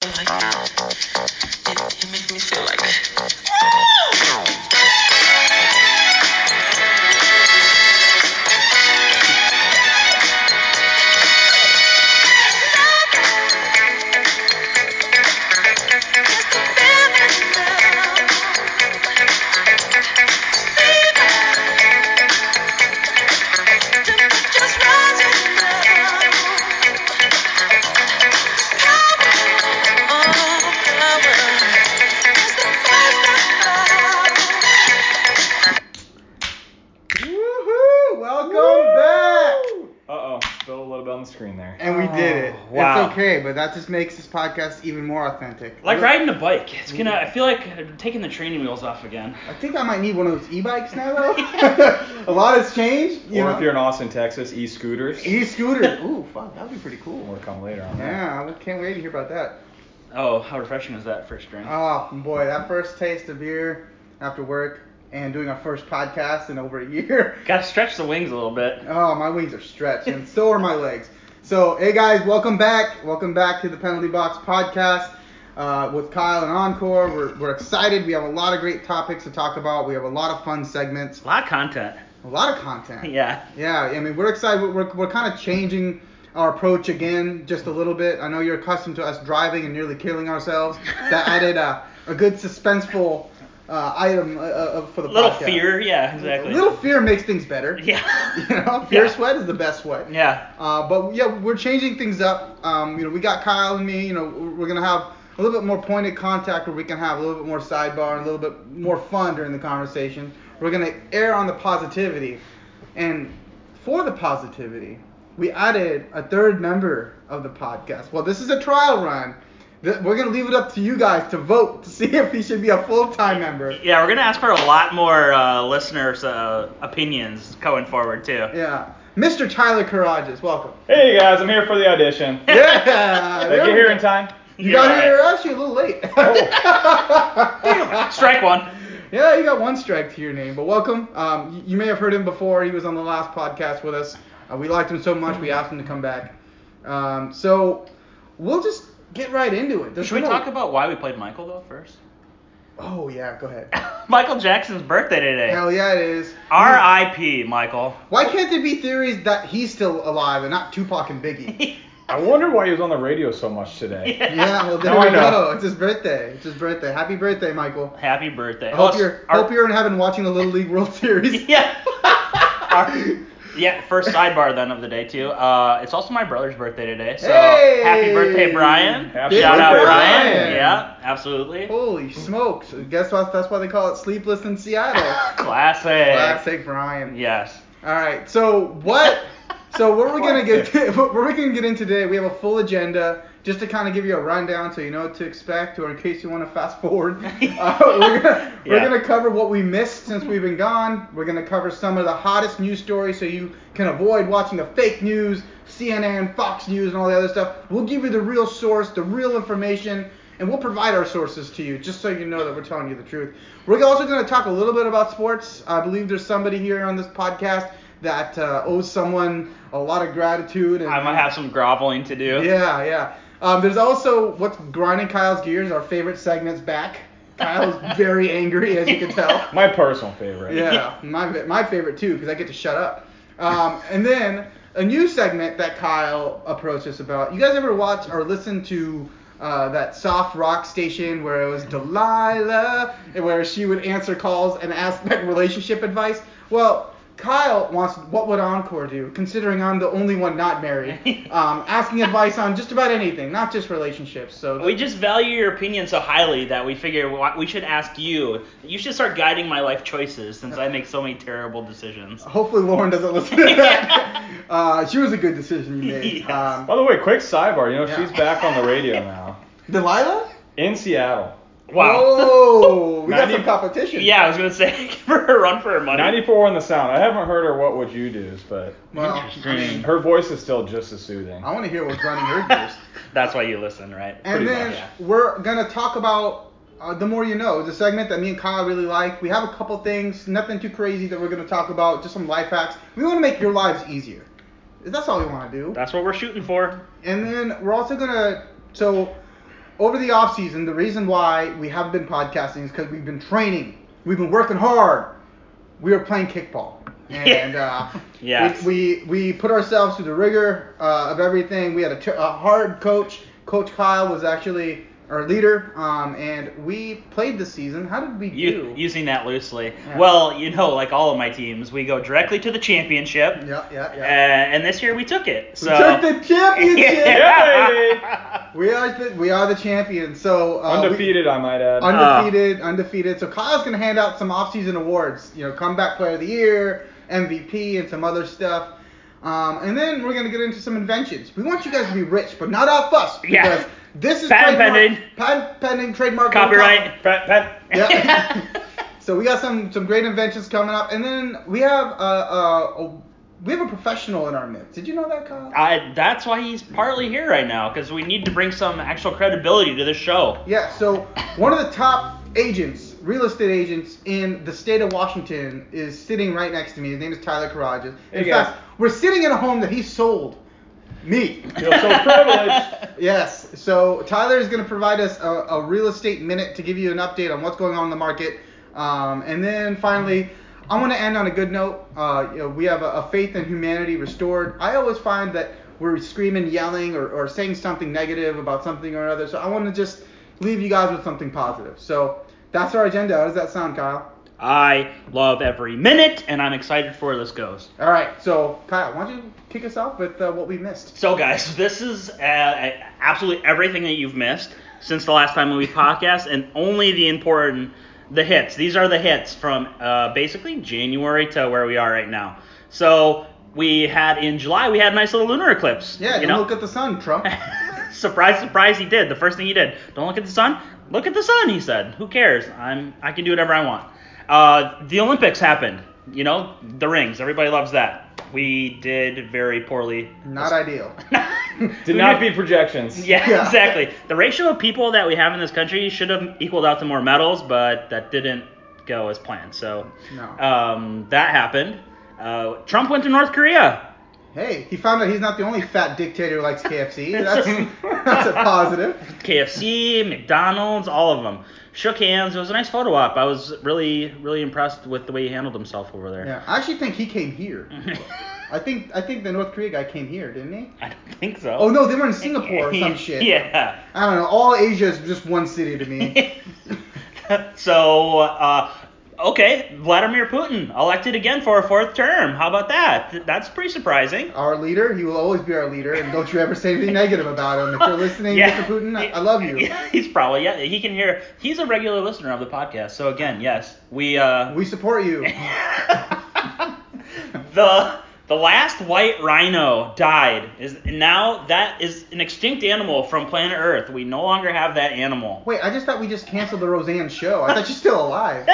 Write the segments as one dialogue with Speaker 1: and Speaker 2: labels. Speaker 1: like that. You, you make me feel like
Speaker 2: Woohoo! Welcome back!
Speaker 3: Uh oh, spilled a little bit on the screen there.
Speaker 2: And we did it.
Speaker 3: Oh, wow.
Speaker 2: It's okay, but that just makes this podcast even more authentic.
Speaker 4: Like riding a bike. It's gonna. I feel like I'm taking the training wheels off again.
Speaker 2: I think I might need one of those e-bikes now, though. a lot has changed. You
Speaker 3: or
Speaker 2: know? E
Speaker 3: if you're in Austin, Texas, e-scooters.
Speaker 2: e-scooter. Ooh, fuck, that would be pretty cool.
Speaker 3: More to come later on that.
Speaker 2: Yeah, I can't wait to hear about that.
Speaker 4: Oh, how refreshing was that first drink?
Speaker 2: Oh boy, that first taste of beer after work and doing our first podcast in over a year.
Speaker 4: Gotta stretch the wings a little bit.
Speaker 2: Oh, my wings are stretched, and so are my legs. So, hey guys, welcome back. Welcome back to the Penalty Box Podcast uh, with Kyle and Encore. We're, we're excited. We have a lot of great topics to talk about. We have a lot of fun segments,
Speaker 4: A lot of content.
Speaker 2: a lot of content.
Speaker 4: Yeah.
Speaker 2: Yeah, I mean, we're excited. We're, we're, we're kind of changing our approach again just a little bit. I know you're accustomed to us driving and nearly killing ourselves. That added a, a good suspenseful uh, item uh, uh, for the
Speaker 4: A little
Speaker 2: podcast.
Speaker 4: fear. Yeah, exactly.
Speaker 2: A little fear makes things better.
Speaker 4: Yeah.
Speaker 2: You know, fear
Speaker 4: Yeah.
Speaker 2: sweat is the best sweat.
Speaker 4: Yeah.
Speaker 2: Uh, but yeah, we're changing things up. Um, you know, we got Kyle and me. You know, we're gonna have a little bit more pointed contact where we can have a little bit more sidebar and a little bit more fun during the conversation. We're gonna err on the positivity, and for the positivity, we added a third member of the podcast. Well, this is a trial run. Th- We're gonna leave it up to you guys to vote to see if he should be a full-time member.
Speaker 4: Yeah, we're gonna ask for a lot more uh, listeners' uh, opinions going forward too.
Speaker 2: Yeah, Mr. Tyler Karajas, welcome.
Speaker 3: Hey guys, I'm here for the audition.
Speaker 2: Yeah.
Speaker 3: Did I
Speaker 2: there
Speaker 3: get
Speaker 2: we
Speaker 3: here
Speaker 2: go.
Speaker 3: in time?
Speaker 2: You
Speaker 4: Yeah,
Speaker 2: got here
Speaker 4: all
Speaker 2: actually a little late.
Speaker 4: right. Strike one.
Speaker 2: yeah, you got one strike to your name, but welcome. Um, you, you may have heard him before. He was on the last podcast with us. Uh, we liked him so much, we asked him to come back. Um, so we'll just get right into it. There's
Speaker 4: Should we
Speaker 2: no-
Speaker 4: talk about why we played Michael though first?
Speaker 2: Oh yeah, go ahead.
Speaker 4: Michael Jackson's birthday today.
Speaker 2: Hell yeah, it is. Hmm.
Speaker 4: uh, R.I.P. Michael.
Speaker 2: Why can't there be theories that he's still alive and not Tupac and Biggie?
Speaker 3: I wonder why he was on the radio so much today.
Speaker 2: yeah, well there
Speaker 3: Now
Speaker 2: we
Speaker 3: I know.
Speaker 2: go. It's his birthday. It's his birthday. Happy birthday, Michael.
Speaker 4: Happy birthday.
Speaker 2: I
Speaker 4: Oh,
Speaker 2: hope
Speaker 4: it's
Speaker 2: you're
Speaker 4: our-
Speaker 2: hope you're in heaven watching the Little League World Series.
Speaker 4: Yeah. Our- yeah, first sidebar then of the day too. Uh, it's also my brother's birthday today. So
Speaker 2: Hey!
Speaker 4: happy birthday, Brian.
Speaker 3: Happy
Speaker 4: Shout
Speaker 3: birthday,
Speaker 4: out Brian.
Speaker 3: Brian.
Speaker 4: Yeah, absolutely.
Speaker 2: Holy smokes! Guess what? That's why they call it sleepless in Seattle.
Speaker 4: Classic.
Speaker 2: Classic Brian.
Speaker 4: Yes.
Speaker 2: All right. So what? So what we're gonna get? What we're gonna get in today? We have a full agenda, just to kind of give you a rundown, so you know what to expect, or in case you want to fast forward. Uh, we're gonna we're
Speaker 4: Yeah.
Speaker 2: gonna cover what we missed since we've been gone. We're gonna cover some of the hottest news stories, so you can avoid watching the fake news, CNN, Fox News, and all the other stuff. We'll give you the real source, the real information. And we'll provide our sources to you, just so you know that we're telling you the truth. We're also going to talk a little bit about sports. I believe there's somebody here on this podcast that uh, owes someone a lot of gratitude. And,
Speaker 4: I might have some groveling to do.
Speaker 2: Yeah, yeah. Um, there's also what's grinding Kyle's gears. Our favorite segment's back. Kyle's very angry, as you can tell.
Speaker 3: My personal favorite.
Speaker 2: Yeah, my my favorite too, because I get to shut up. Um, and then a new segment that Kyle approached us about. You guys ever watch or listen to? Uh, that soft rock station where it was Delilah, and where she would answer calls and ask like relationship advice. Well, Kyle wants what would Encore do, considering I'm the only one not married, um, asking advice on just about anything, not just relationships. So
Speaker 4: We just value your opinion so highly that we figure why- we should ask you. You should start guiding my life choices since I make so many terrible decisions.
Speaker 2: hopefully Lauren doesn't listen to that. uh, she was a good decision you made.
Speaker 4: Yes.
Speaker 2: Um,
Speaker 3: By the way, quick sidebar. You know
Speaker 2: Yeah.
Speaker 3: she's back on the radio now
Speaker 2: Delilah?
Speaker 3: in Seattle.
Speaker 4: Wow.
Speaker 2: Whoa, we got
Speaker 3: 90
Speaker 2: some competition.
Speaker 4: Yeah, I was gonna say give her a run for her money.
Speaker 3: 94 on the sound. I haven't heard her what would you do's, but
Speaker 2: Well, I,
Speaker 4: Interesting.
Speaker 3: her voice is still just as soothing.
Speaker 2: want to hear what's running her gears.
Speaker 4: That's why you listen, right?
Speaker 2: And
Speaker 3: Pretty
Speaker 2: then
Speaker 3: much, yeah.
Speaker 2: we're gonna talk about uh, the more you know. It's a segment that me and Kyle really like. We have a couple things, nothing too crazy that we're gonna talk about. Just some life hacks. We want to make your lives easier. That's all we want to do.
Speaker 4: That's what we're shooting for.
Speaker 2: And then we're also gonna so over the off season, the reason why we haven't been podcasting is because we've been training. We've been working hard. We were playing kickball, and uh,
Speaker 4: Yes.
Speaker 2: we, we we put ourselves through the rigor uh, of everything. We had a, ter- a hard coach. Coach Kyle was actually our leader, um, and we played this season. How did we
Speaker 4: U-
Speaker 2: do?
Speaker 4: using that loosely.
Speaker 2: Yeah.
Speaker 4: Well, you know, like all of my teams, we go directly to the championship.
Speaker 2: yeah, yeah,
Speaker 4: Uh,
Speaker 2: yeah.
Speaker 4: and this year we took it. So.
Speaker 2: we took the championship.
Speaker 3: Yeah, baby.
Speaker 2: We are the, we are the champions. So uh, we-
Speaker 3: Undefeated, I might add.
Speaker 4: Ah.
Speaker 2: undefeated, undefeated. So Kyle's gonna hand out some offseason awards. You know, comeback player of the year, MVP, and some other stuff. Um, and then we're gonna get into some inventions. We want you guys to be rich, but not off us because
Speaker 4: Yeah.
Speaker 2: this is
Speaker 4: Patent
Speaker 2: trademark-
Speaker 4: pending.
Speaker 2: Patent pending trademark.
Speaker 4: Copyright.
Speaker 3: Pat, Pat.
Speaker 2: Yeah. so we got some some great inventions coming up, and then we have a, a, a we have a professional in our midst. Did you know that, Kyle?
Speaker 4: I, that's why he's partly here right now, because we need to bring some actual credibility to this show.
Speaker 2: Yeah, so one of the top agents, real estate agents in the state of Washington is sitting right next to me. His name is Tyler Karajas. In
Speaker 3: Hey, guys.
Speaker 2: fact, we're sitting in a home that he sold. Me.
Speaker 3: You're so privileged.
Speaker 2: Yes. So Tyler is going to provide us a, a real estate minute to give you an update on what's going on in the market. Um, and then finally, I want to end on a good note. Uh, you know, we have a, a faith in humanity restored. I always find that we're screaming, yelling, or, or saying something negative about something or another. So I want to just leave you guys with something positive. So that's our agenda. How does that sound, Kyle?
Speaker 4: I love every minute, and I'm excited for where this goes.
Speaker 2: All right. So Kyle, why don't you kick us off with uh, what we missed?
Speaker 4: So, guys, this is uh, absolutely everything that you've missed since the last time we podcast, and only the important, the hits. These are the hits from uh, basically January to where we are right now. So, we had in July, we had a nice little lunar eclipse.
Speaker 2: Yeah.
Speaker 4: you
Speaker 2: Don't
Speaker 4: know?
Speaker 2: look at the sun, Trump.
Speaker 4: surprise, surprise, he did. The first thing he did. Don't look at the sun. Look at the sun, he said. Who cares? I'm I can do whatever I want. Uh, the Olympics happened. You know, the rings. Everybody loves that. We did very poorly.
Speaker 2: Not ideal.
Speaker 3: Did not be projections.
Speaker 4: Yeah,
Speaker 2: Yeah.
Speaker 4: exactly. The ratio of people that we have in this country should have equaled out to more medals, but that didn't go as planned. So
Speaker 2: No.
Speaker 4: um, that happened. Uh, Trump went to North Korea.
Speaker 2: Hey, he found out he's not the only fat dictator who likes KFC. That's that's a positive.
Speaker 4: KFC, McDonald's, all of them. Shook hands. It was a nice photo op. I was really, really impressed with the way he handled himself over there.
Speaker 2: Yeah, I actually think he came here. I think I think the North Korea guy came here, didn't he?
Speaker 4: I don't think so.
Speaker 2: Oh no, they were in Singapore or some shit.
Speaker 4: Yeah.
Speaker 2: I don't know. All Asia is just one city to me.
Speaker 4: so, uh, okay, Vladimir Putin elected again for a fourth term. How about that? That's pretty surprising.
Speaker 2: Our leader, he will always be our leader, and don't you ever say anything negative about him. If you're listening, Mr. Putin, I, I love you.
Speaker 4: He's probably yeah. He can hear. He's a regular listener of the podcast. So again, yes, we uh,
Speaker 2: We support you.
Speaker 4: the the last white rhino died is now that is an extinct animal from planet Earth. We no longer have that animal.
Speaker 2: Wait, I just thought we just canceled the Roseanne show. I thought she's still alive.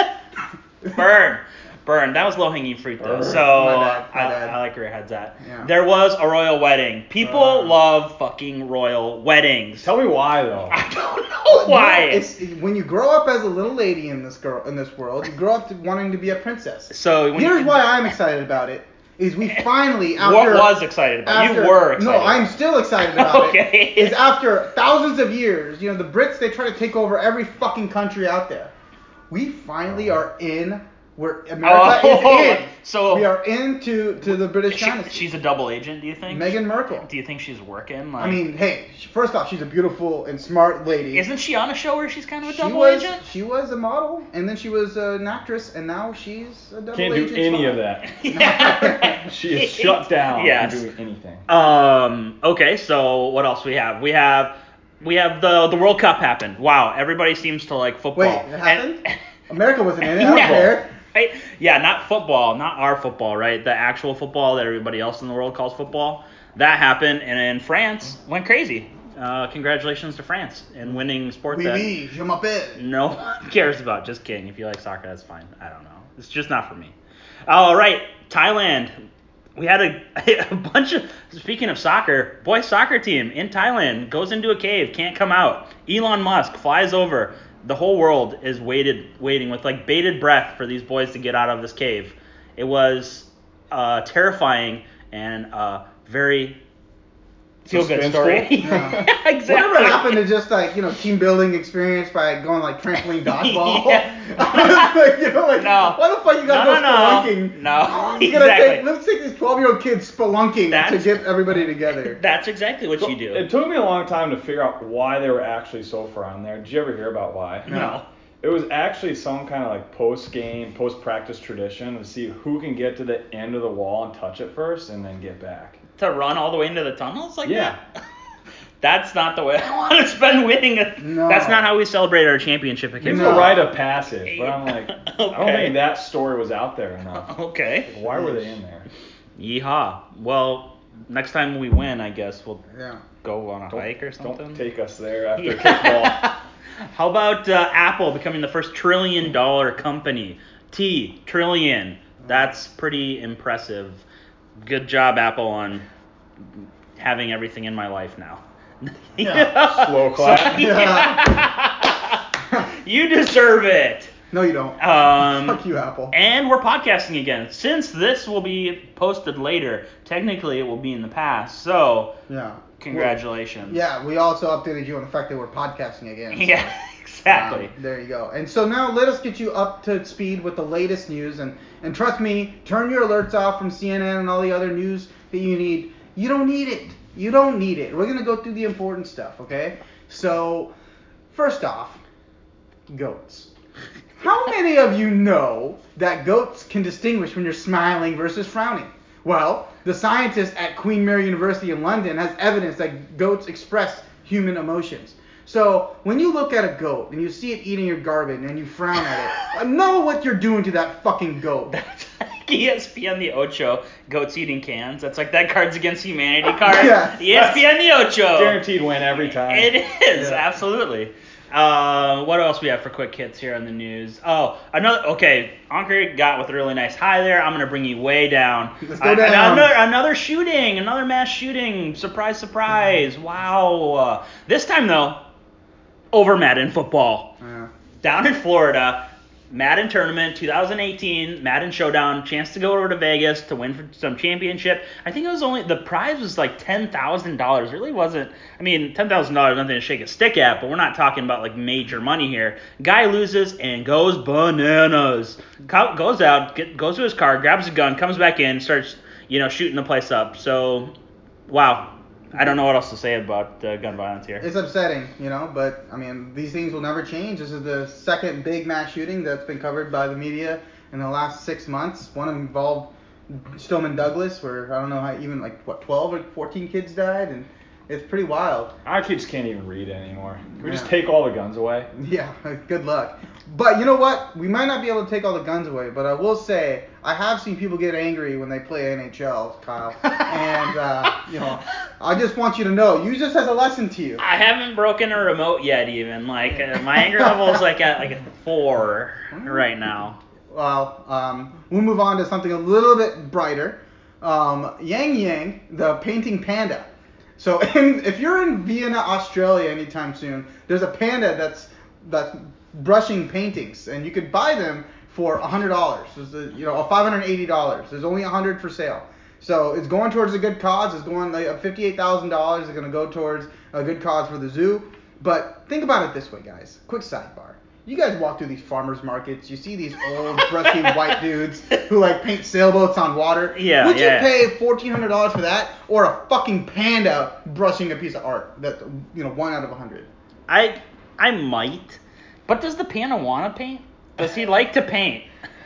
Speaker 4: Burn. Burn. That was low hanging fruit though.
Speaker 3: Burn.
Speaker 4: So
Speaker 2: My bad, my
Speaker 4: I,
Speaker 2: bad.
Speaker 4: I like where your head's at.
Speaker 2: Yeah.
Speaker 4: There was a royal wedding. People
Speaker 2: Uh.
Speaker 4: love fucking royal weddings.
Speaker 3: Tell me why though.
Speaker 4: I don't know
Speaker 2: But
Speaker 4: why.
Speaker 2: no, it's, when you grow up as a little lady in this girl in this world, you grow up to wanting to be a princess.
Speaker 4: so when
Speaker 2: Here's
Speaker 4: you,
Speaker 2: why I'm excited about it: is we finally after
Speaker 4: what was excited about?
Speaker 2: after-
Speaker 4: you were excited.
Speaker 2: No, I'm still excited about
Speaker 4: Okay.
Speaker 2: it. Is after thousands of years, you know, the Brits they try to take over every fucking country out there. We finally are in. We're America
Speaker 4: Oh,
Speaker 2: is in.
Speaker 4: so-
Speaker 2: we are into to the British
Speaker 4: She-
Speaker 2: dynasty.
Speaker 4: she's a double agent. Do you think?
Speaker 2: Meghan Merkel.
Speaker 4: Do you think she's working? Like,
Speaker 2: I mean, hey, first off, she's a beautiful and smart lady.
Speaker 4: Isn't she on a show where she's kind of a
Speaker 2: she
Speaker 4: double
Speaker 2: was
Speaker 4: agent?
Speaker 2: she was a model and then she was an actress and now she's a double
Speaker 3: Can't
Speaker 2: agent.
Speaker 3: do any
Speaker 2: spy.
Speaker 3: of that.
Speaker 4: Yeah.
Speaker 3: She is shut down
Speaker 4: Yes.
Speaker 3: from doing anything.
Speaker 4: Um. Okay. So what else we have? We have we have the the World Cup happened. Wow. Everybody seems to like football.
Speaker 2: Wait, it happened?
Speaker 4: And-
Speaker 2: America wasn't in it. I don't
Speaker 4: yeah.
Speaker 2: care.
Speaker 4: Right? Yeah. Not football. Not our football. Right. The actual football that everybody else in the world calls football. That happened, and then France went crazy. Uh, congratulations to France in winning sport
Speaker 2: Oui,
Speaker 4: that
Speaker 2: oui, je m'appelle.
Speaker 4: no one cares about. Just kidding. If you like soccer, that's fine. I don't know. It's just not for me. All right, Thailand. We had a, a bunch of. Speaking of soccer, boy soccer team in Thailand goes into a cave, can't come out. Elon Musk flies over. The whole world is waited, waiting with like bated breath for these boys to get out of this cave. It was uh, terrifying and uh, very feel good
Speaker 3: Suspenseful?
Speaker 4: story.
Speaker 2: Yeah.
Speaker 4: exactly.
Speaker 2: Whatever happened to just like you know team building experience by going like trampoline dodgeball?
Speaker 4: Yeah.
Speaker 2: like, you know, like,
Speaker 4: No.
Speaker 2: Why the fuck you gotta go
Speaker 4: No,
Speaker 2: spelunking?
Speaker 4: no, no. No,
Speaker 2: You gotta
Speaker 4: exactly.
Speaker 2: take, let's take these twelve-year-old kids spelunking
Speaker 4: That's-
Speaker 2: to get everybody together.
Speaker 4: That's exactly what you do.
Speaker 3: It took me a long time to figure out why they were actually so far on there. Did you ever hear about why?
Speaker 4: no.
Speaker 3: It was actually some kind of like post game, post practice tradition to see who can get to the end of the wall and touch it first and then get back.
Speaker 4: To run all the way into the tunnels like
Speaker 3: Yeah.
Speaker 4: that? That's not the way I want to spend winning. A,
Speaker 2: No.
Speaker 4: That's not how we celebrate our championship
Speaker 3: It's
Speaker 4: against
Speaker 2: No.
Speaker 3: a rite of passage, but I'm like, I
Speaker 4: Okay.
Speaker 3: don't
Speaker 4: Oh,
Speaker 3: think that story was out there enough.
Speaker 4: Okay.
Speaker 3: Why were they in there?
Speaker 4: Yeehaw. Well, next time we win, I guess we'll
Speaker 2: Yeah.
Speaker 4: go on a
Speaker 3: Don't-
Speaker 4: hike or something.
Speaker 3: Don't take us there after
Speaker 4: Yeah.
Speaker 3: kickball.
Speaker 4: How about uh, Apple becoming the first trillion dollar company? T, trillion. That's pretty impressive. Good job, Apple, on having everything in my life now.
Speaker 2: Yeah.
Speaker 3: Slow clap.
Speaker 4: you deserve it.
Speaker 2: No, you don't.
Speaker 4: Um,
Speaker 2: Fuck you, Apple.
Speaker 4: and we're podcasting again. Since this will be posted later, technically it will be in the past. So,
Speaker 2: yeah.
Speaker 4: congratulations.
Speaker 2: Yeah, we also updated you on the fact that we're podcasting again. so,
Speaker 4: Yeah, exactly.
Speaker 2: um, there you go. And so now let us get you up to speed with the latest news. And, and trust me, turn your alerts off from CNN and all the other news that you need. You don't need it. You don't need it. We're going to go through the important stuff, okay? So, first off, goats. How many of you know that goats can distinguish when you're smiling versus frowning? Well, the scientists at Queen Mary University in London has evidence that goats express human emotions. So when you look at a goat and you see it eating your garbage and you frown at it, know what you're doing to that fucking goat.
Speaker 4: That's like ESPN the Ocho, goats eating cans. That's like that Cards Against Humanity card.
Speaker 2: Yeah.
Speaker 4: ESPN the E Ocho.
Speaker 3: Guaranteed win every time.
Speaker 4: Oh. It is
Speaker 2: Yeah.
Speaker 4: absolutely. Uh, what else we have for quick hits here on the news? Oh, another. Okay, Anker got with a really nice high there. I'm gonna bring you way down.
Speaker 2: Let's go
Speaker 4: A-
Speaker 2: down.
Speaker 4: Another, another shooting, another mass shooting. Surprise,
Speaker 2: Mm-hmm.
Speaker 4: surprise. Wow. Uh, this time though, over Madden football
Speaker 2: Yeah.
Speaker 4: down in Florida, Madden tournament 2018, Madden Showdown, chance to go over to Vegas to win for some championship. I think it was only the prize was like ten thousand dollars. Really wasn't. I mean, ten thousand dollars nothing to shake a stick at, but we're not talking about like major money here. Guy loses and goes bananas. Co- goes out, get, goes to his car, grabs a gun, comes back in, starts you know shooting the place up. So, wow. I don't know what else to say about uh, gun violence here.
Speaker 2: It's upsetting, you know, but I mean, these things will never change. This is the second big mass shooting that's been covered by the media in the last six months. One involved Stillman Douglas, where I don't know how even like what 12 or 14 kids died, and it's pretty wild.
Speaker 3: Our kids can't even read anymore. Can we just
Speaker 2: Yeah.
Speaker 3: take all the guns away?
Speaker 2: Yeah, good luck. But you know what? We might not be able to take all the guns away, but I will say I have seen people get angry when they play NHL, Kyle. and uh, you know, I just want you to know, use this as a lesson to you.
Speaker 4: I haven't broken a remote yet, even. Like uh, my anger level is like at like a four right now.
Speaker 2: Well, um, we'll move on to something a little bit brighter. Um, Yang Yang, the painting panda. So in, if you're in Vienna, Australia anytime soon, there's a panda that's that's brushing paintings, and you could buy them for hundred dollars. There's a, you know, five hundred eighty dollars. There's only hundred for sale. So it's going towards a good cause. It's going like fifty-eight thousand dollars is going to go towards a good cause for the zoo. But think about it this way, guys. Quick sidebar. You guys walk through these farmers markets. You see these old, crusty white dudes who like paint sailboats on water.
Speaker 4: Yeah,
Speaker 2: Would
Speaker 4: yeah.
Speaker 2: you pay fourteen hundred dollars for that, or a fucking panda brushing a piece of art? That's you know one out of a hundred.
Speaker 4: I I might, but does the panda want to paint? Does he like to paint?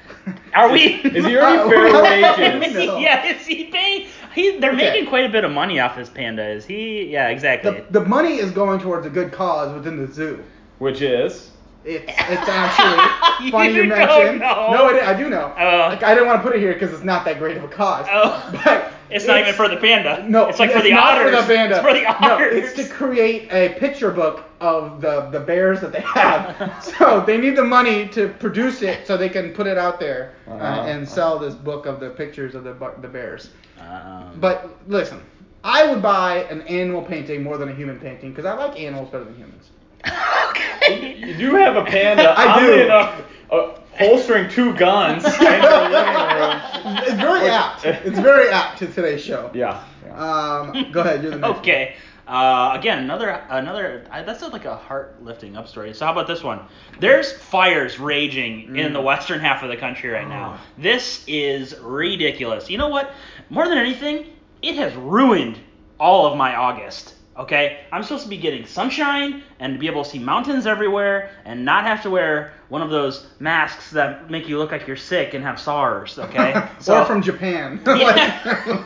Speaker 4: Are we?
Speaker 3: Is he already fair wages?
Speaker 2: No.
Speaker 4: yeah, is he paying? He, they're
Speaker 2: Okay.
Speaker 4: making quite a bit of money off this panda. Is he? Yeah, exactly.
Speaker 2: The, the money is going towards a good cause within the zoo.
Speaker 3: Which is?
Speaker 2: It's, it's actually
Speaker 4: You
Speaker 2: funny you
Speaker 4: don't
Speaker 2: mention.
Speaker 4: know.
Speaker 2: No, it, I do know.
Speaker 4: Oh.
Speaker 2: Like, I didn't want to put it here because it's not that great of a cause.
Speaker 4: Oh.
Speaker 2: But
Speaker 4: it's not even for the panda.
Speaker 2: No,
Speaker 4: it's like for the
Speaker 2: not
Speaker 4: otters.
Speaker 2: For the panda.
Speaker 4: It's for the otters.
Speaker 2: No, it's to create a picture book of the, the bears that they have. so they need the money to produce it so they can put it out there uh,
Speaker 3: Uh-huh.
Speaker 2: and sell this book of the pictures of the bu- the bears.
Speaker 4: Um,
Speaker 2: But listen, I would buy an animal painting more than a human painting because I like animals better than humans.
Speaker 3: You do have a panda.
Speaker 2: I
Speaker 3: oddly
Speaker 2: do.
Speaker 3: Enough, uh, holstering two guns in your living room.
Speaker 2: it's very apt. It's very apt to today's show.
Speaker 3: Yeah. yeah.
Speaker 2: Um, go ahead. You're the next
Speaker 4: okay. Uh, again, another another. I, that's not like a heart lifting up story. So how about this one? There's fires raging in the
Speaker 2: Mm.
Speaker 4: western half of the country right now.
Speaker 2: Oh.
Speaker 4: This is ridiculous. You know what? More than anything, it has ruined all of my August. Okay, I'm supposed to be getting sunshine and be able to see mountains everywhere and not have to wear one of those masks that make you look like you're sick and have SARS. Okay,
Speaker 2: or from Japan.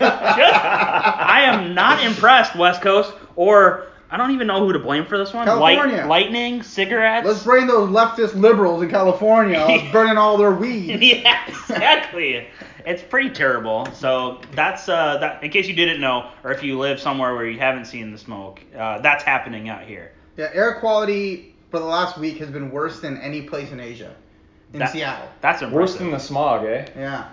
Speaker 4: I am not impressed, West Coast, or I don't even know who to blame for this one.
Speaker 2: California.
Speaker 4: Light, lightning, cigarettes.
Speaker 2: Let's bring those leftist liberals in California. out burning all their weed.
Speaker 4: yeah, exactly. It's pretty terrible. So that's uh, that. In case you didn't know, or if you live somewhere where you haven't seen the smoke, uh, that's happening out here.
Speaker 2: Yeah, air quality for the last week has been worse than any place in Asia, in
Speaker 4: That-
Speaker 2: Seattle.
Speaker 4: That's
Speaker 3: Worse
Speaker 4: impressive.
Speaker 3: than the smog, eh?
Speaker 2: Yeah.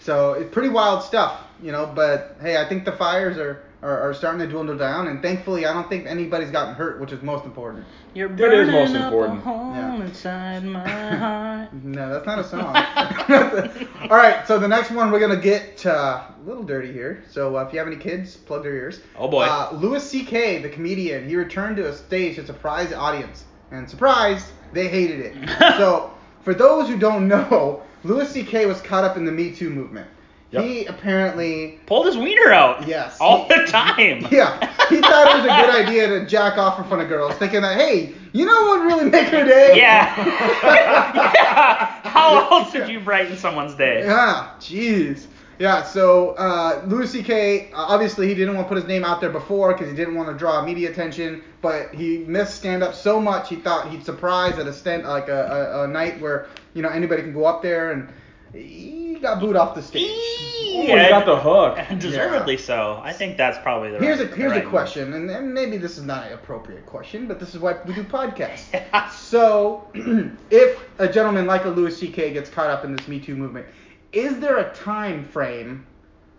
Speaker 2: So it's pretty wild stuff, you know. But hey, I think the fires are, are, are starting to dwindle down, and thankfully, I don't think anybody's gotten hurt, which is most important.
Speaker 4: You're
Speaker 3: That is
Speaker 4: burning
Speaker 3: most
Speaker 4: up a
Speaker 3: important.
Speaker 4: hole
Speaker 2: Yeah.
Speaker 4: inside my heart.
Speaker 2: No, that's not a song. All right, so the next one we're gonna get uh, a little dirty here. So uh, if you have any kids, plug their ears.
Speaker 4: Oh, boy.
Speaker 2: Uh, Louis C.K., the comedian, he returned to a stage to surprise the audience, and surprise, they hated it. so for those who don't know, Louis C.K. was caught up in the Me Too movement.
Speaker 3: Yep.
Speaker 2: He apparently
Speaker 4: Pulled his wiener out.
Speaker 2: Yes.
Speaker 4: All the time.
Speaker 2: Yeah, he thought it was a good idea to jack off in front of girls, thinking that hey, you know what would really make her day?
Speaker 4: Yeah. yeah. How else did you brighten someone's day?
Speaker 2: Yeah, jeez. Yeah, so uh, Louis C.K. uh, obviously he didn't want to put his name out there before because he didn't want to draw media attention, but he missed stand up so much he thought he'd surprise at a stand like a, a, a night where you know anybody can go up there and he got booed off the stage.
Speaker 3: Oh, he got the hook.
Speaker 4: Deservedly so. I think that's probably the
Speaker 2: Here's a
Speaker 4: right,
Speaker 2: here's
Speaker 4: the
Speaker 2: a
Speaker 4: right
Speaker 2: question, and, and maybe this is not an appropriate question, but this is why we do podcasts.
Speaker 4: move.
Speaker 2: So, if a gentleman like a Louis C.K. gets caught up in this Me Too movement, is there a time frame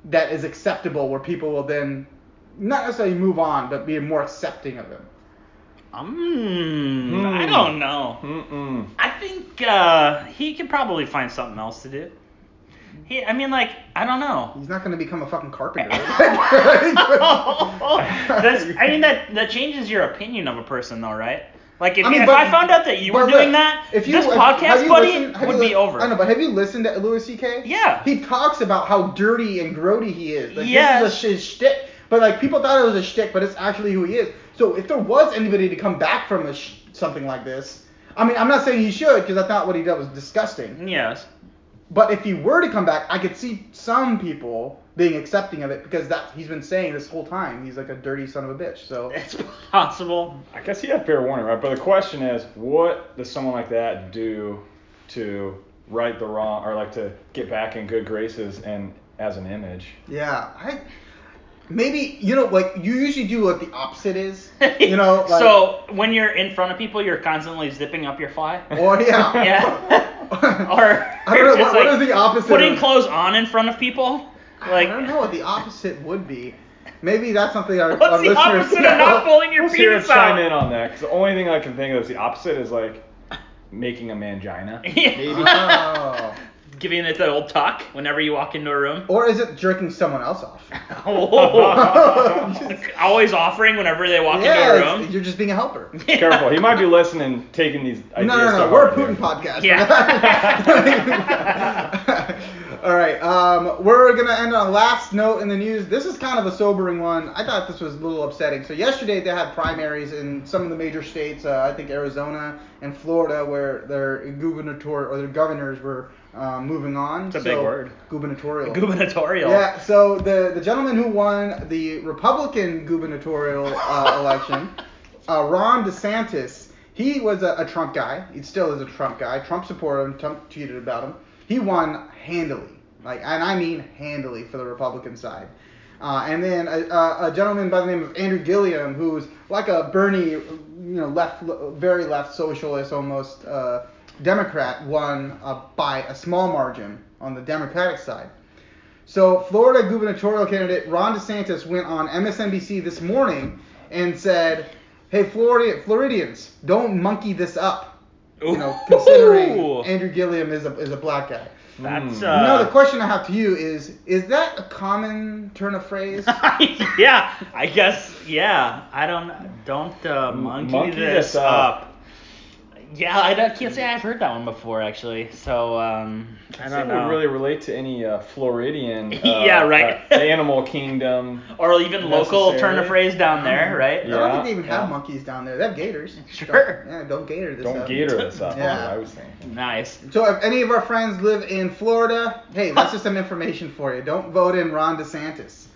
Speaker 2: that is acceptable where people will then not necessarily move on, but be more accepting of him?
Speaker 4: Mm,
Speaker 3: Hmm.
Speaker 4: I don't know.
Speaker 3: Mm-mm.
Speaker 4: I think uh, he could probably find something else to do. He, I mean, like, I don't know.
Speaker 2: He's not going to become a fucking carpenter.
Speaker 4: That's, I mean, that that changes your opinion of a person, though, right? Like, if,
Speaker 2: I mean,
Speaker 4: if
Speaker 2: but-
Speaker 4: I found out that you were
Speaker 2: But
Speaker 4: doing
Speaker 2: look,
Speaker 4: that,
Speaker 2: if you,
Speaker 4: this
Speaker 2: if- have
Speaker 4: podcast,
Speaker 2: you
Speaker 4: buddy,
Speaker 2: listened- have
Speaker 4: would
Speaker 2: you
Speaker 4: be
Speaker 2: lis-
Speaker 4: over.
Speaker 2: I know, but have you listened to Louis C.K.?
Speaker 4: Yeah.
Speaker 2: He talks about how dirty and grody he is. Like,
Speaker 4: Yes.
Speaker 2: This is a his shtick. But, like, people thought it was a shtick, but it's actually who he is. So, if there was anybody to come back from a sh- something like this, I mean, I'm not saying he should, because I thought what he did was disgusting.
Speaker 4: yes.
Speaker 2: But if he were to come back, I could see some people being accepting of it, because that he's been saying this whole time. He's like a dirty son of a bitch. So,
Speaker 4: It's possible.
Speaker 3: I guess he had fair warning, right? But the question is, what does someone like that do to right the wrong, or like to get back in good graces and as an image?
Speaker 2: yeah. I. Maybe you know, like you usually do what the opposite is. You know, like,
Speaker 4: so when you're in front of people, you're constantly zipping up your fly.
Speaker 2: Or yeah.
Speaker 4: Yeah.
Speaker 2: or
Speaker 4: or
Speaker 2: I don't know.
Speaker 4: just
Speaker 2: What, what is the opposite?
Speaker 4: Putting
Speaker 2: of,
Speaker 4: clothes on in front of people. Like
Speaker 2: I don't know what the opposite would be. Maybe that's something our, our
Speaker 4: What's the
Speaker 2: listeners
Speaker 4: opposite of
Speaker 2: know.
Speaker 4: not pulling your
Speaker 3: Let's hear it
Speaker 4: penis
Speaker 3: chime in
Speaker 4: out?
Speaker 3: on that, 'cause the only thing I can think of is the opposite is like making a mangina.
Speaker 2: Oh.
Speaker 4: Giving it the old tuck whenever you walk into a room.
Speaker 2: Or is it jerking someone else off? Oh.
Speaker 4: Always Oh. offering whenever they walk
Speaker 2: yeah,
Speaker 4: into a
Speaker 2: it's-
Speaker 4: room.
Speaker 2: you're just being a helper.
Speaker 3: Careful, he might be listening, taking these ideas.
Speaker 2: no, no,
Speaker 3: to
Speaker 2: no. We're a
Speaker 3: heart
Speaker 2: Putin
Speaker 3: here.
Speaker 2: podcast.
Speaker 4: Yeah.
Speaker 2: All right. Um, we're gonna end on a last note in the news. This is kind of a sobering one. I thought this was a little upsetting. So yesterday they had primaries in some of the major states. Uh, I think Arizona and Florida, where their gubernator or their governors were uh, moving on.
Speaker 4: It's a big
Speaker 2: So-
Speaker 4: word.
Speaker 2: Gubernatorial.
Speaker 4: Gubernatorial.
Speaker 2: Yeah, so the, the gentleman who won the Republican gubernatorial uh, election, uh, Ron DeSantis, he was a, a Trump guy. He still is a Trump guy. Trump supported him. Trump tweeted about him. He won handily, like, and I mean handily for the Republican side. Uh, and then a, a, a gentleman by the name of Andrew Gilliam, who's like a Bernie, you know, left, very left socialist almost uh, Democrat, won uh, by a small margin on the Democratic side. So, Florida gubernatorial candidate Ron DeSantis went on MSNBC this morning and said, "Hey, Florida Floridians, don't monkey this up." You know, considering
Speaker 4: Ooh.
Speaker 2: Andrew Gilliam is a is a black guy.
Speaker 4: That's
Speaker 3: Hmm.
Speaker 4: uh,
Speaker 2: no, the question I have to you is: Is that a common turn of phrase?
Speaker 4: yeah, I guess. Yeah, I don't don't uh,
Speaker 3: M-
Speaker 4: monkey,
Speaker 3: monkey
Speaker 4: this
Speaker 3: this up.
Speaker 4: up. Yeah, I don't- can't say I've heard that one before actually. So um, I
Speaker 3: This
Speaker 4: don't
Speaker 3: would
Speaker 4: know.
Speaker 3: really relate to any uh, Floridian. Uh,
Speaker 4: Yeah, right.
Speaker 3: uh, animal kingdom.
Speaker 4: or even local
Speaker 3: necessary.
Speaker 4: turn of phrase down there, right?
Speaker 2: I
Speaker 3: Yeah,
Speaker 2: don't think they even
Speaker 3: yeah.
Speaker 2: have monkeys down there. They have gators.
Speaker 4: Sure.
Speaker 2: Don't, yeah, don't gator this.
Speaker 3: Don't
Speaker 2: up.
Speaker 3: gator this up.
Speaker 2: Yeah.
Speaker 3: is what I was thinking.
Speaker 4: Nice.
Speaker 2: So if any of our friends live in Florida, hey, that's just some information for you. Don't vote in Ron DeSantis.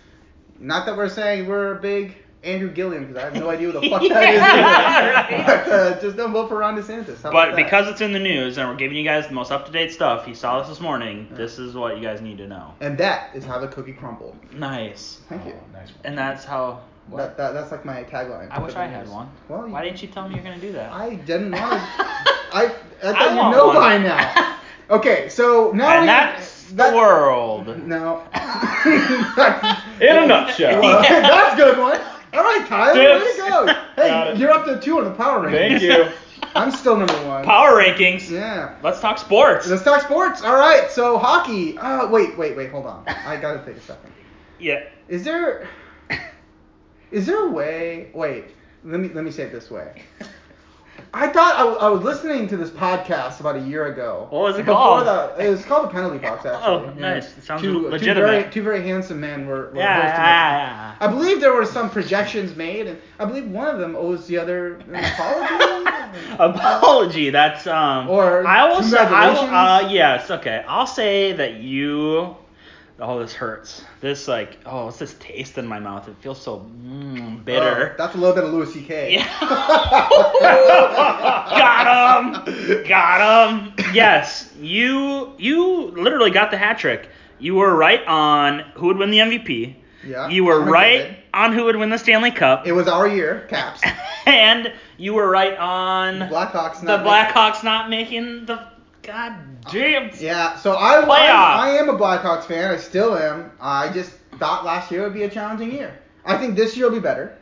Speaker 2: Not that we're saying we're a big Andrew Gilliam because I have no idea who the fuck that is.
Speaker 4: Yeah,
Speaker 2: But uh, just don't vote for Ron DeSantis. How about
Speaker 4: But
Speaker 2: that?
Speaker 4: because it's in the news and we're giving you guys the most up to date stuff, he saw this this morning. This is what you guys need to know.
Speaker 2: and that is how the cookie crumbled.
Speaker 4: Nice.
Speaker 2: Thank you.
Speaker 3: Oh, nice one.
Speaker 4: And that's how.
Speaker 2: That, that, that's like my tagline.
Speaker 4: I wish
Speaker 2: for the
Speaker 4: I had
Speaker 2: news.
Speaker 4: one.
Speaker 2: Well,
Speaker 4: Why
Speaker 2: you-
Speaker 4: didn't you tell me you're gonna do that?
Speaker 2: I didn't want to. I I thought
Speaker 4: I
Speaker 2: you
Speaker 4: want
Speaker 2: know
Speaker 4: one.
Speaker 2: by now. Okay, so now we-
Speaker 4: and that's
Speaker 2: that-
Speaker 4: the world.
Speaker 2: No.
Speaker 3: In a nutshell.
Speaker 2: Well, That's a good one. All right, Tyler,
Speaker 3: Dips.
Speaker 2: way to go.
Speaker 3: Got
Speaker 2: Hey,
Speaker 3: it.
Speaker 2: you're up to two on the power rankings.
Speaker 3: Thank you.
Speaker 2: I'm still number one.
Speaker 4: Power rankings.
Speaker 2: Yeah.
Speaker 4: Let's talk sports.
Speaker 2: Let's talk sports. All right, so hockey. Uh, wait, wait, wait. Hold on. I gotta think a second.
Speaker 4: Yeah.
Speaker 2: Is there, is there a way? Wait. Let me let me say it this way. I thought I, w- I was listening to this podcast about a year ago.
Speaker 4: What was it
Speaker 2: Before
Speaker 4: called?
Speaker 2: The, it was called the Penalty Box. Actually.
Speaker 4: Oh, nice. It sounds
Speaker 2: two,
Speaker 4: legitimate.
Speaker 2: Two very, two very handsome men were. were
Speaker 4: Yeah,
Speaker 2: hosting it.
Speaker 4: yeah,
Speaker 2: I believe there were some projections made, and I believe one of them owes the other an apology.
Speaker 4: Apology. That's um.
Speaker 2: Or
Speaker 4: I will say. I will, uh,
Speaker 2: congratulations.
Speaker 4: yes. Okay. I'll say that you. Oh, this hurts. This like. Oh, what's this taste in my mouth? It feels so mm, bitter.
Speaker 2: Oh, that's a little bit of Louis C.K.
Speaker 4: got him. Got him. Yes, you you literally got the hat trick. You were right on who would win the MVP.
Speaker 2: Yeah,
Speaker 4: You were
Speaker 2: Uh, I'm a
Speaker 4: right
Speaker 2: given.
Speaker 4: on who would win the Stanley Cup,
Speaker 2: It was our year, Caps.
Speaker 4: and you were right on
Speaker 2: Blackhawks.
Speaker 4: the
Speaker 2: not
Speaker 4: Blackhawks not making the goddamn.
Speaker 2: making- Yeah, so I,
Speaker 4: Playoff.
Speaker 2: I, I am a Blackhawks fan. I still am. I just thought last year would be a challenging year. I think this year will be better.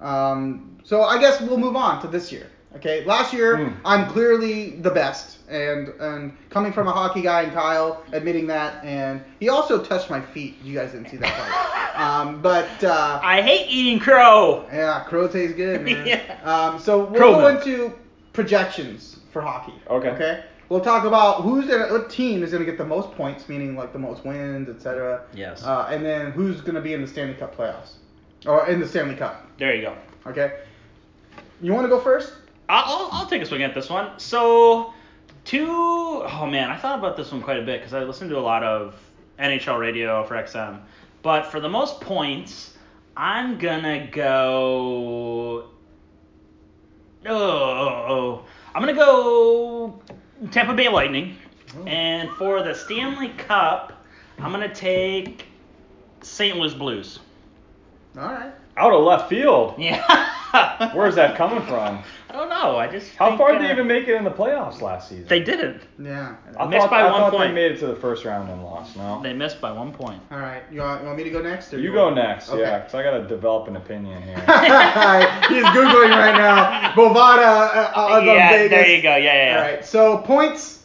Speaker 2: Um, so I guess we'll move on to this year. Okay, last year
Speaker 3: Hmm.
Speaker 2: I'm clearly the best, and and coming from a hockey guy and Kyle admitting that, and he also touched my feet. You guys didn't see that part, um, but uh,
Speaker 4: I hate eating crow.
Speaker 2: yeah, crow tastes good, man.
Speaker 4: Yeah.
Speaker 2: Um, so we'll
Speaker 4: Crow
Speaker 2: go
Speaker 4: milk.
Speaker 2: into projections for hockey.
Speaker 3: Okay.
Speaker 2: Okay. We'll talk about who's gonna, what team is going to get the most points, meaning like the most wins, etc.
Speaker 4: Yes.
Speaker 2: Uh, and then who's going to be in the Stanley Cup playoffs, or in the Stanley Cup.
Speaker 4: There you go.
Speaker 2: Okay. You want to go first?
Speaker 4: I'll, I'll, I'll take a swing at this one. So, two oh man, I thought about this one quite a bit because I listened to a lot of NHL radio for XM. But for the most points, I'm gonna go. Oh, I'm gonna go Tampa Bay Lightning.
Speaker 3: Oh.
Speaker 4: And for the Stanley Cup, I'm gonna take St. Louis Blues.
Speaker 2: All right.
Speaker 3: Out of left field.
Speaker 4: Yeah.
Speaker 3: Where's that coming from?
Speaker 4: I don't know. I just.
Speaker 3: How
Speaker 4: think,
Speaker 3: far
Speaker 4: uh,
Speaker 3: did they even make it in the playoffs last season?
Speaker 4: They didn't.
Speaker 2: Yeah.
Speaker 3: I
Speaker 4: missed
Speaker 3: thought,
Speaker 4: by
Speaker 3: I
Speaker 4: one
Speaker 3: thought
Speaker 4: point.
Speaker 3: They made it to the first round and lost. No.
Speaker 4: They missed by one point.
Speaker 2: All right. You want, you want me to go next? Or
Speaker 3: you go next, yeah, 'cause yeah,
Speaker 2: Okay.
Speaker 3: because I gotta develop an opinion here.
Speaker 2: He's googling right now. Bovada. Uh, uh,
Speaker 4: yeah,
Speaker 2: Vegas.
Speaker 4: there you go. Yeah, yeah. yeah.
Speaker 2: All right. So points,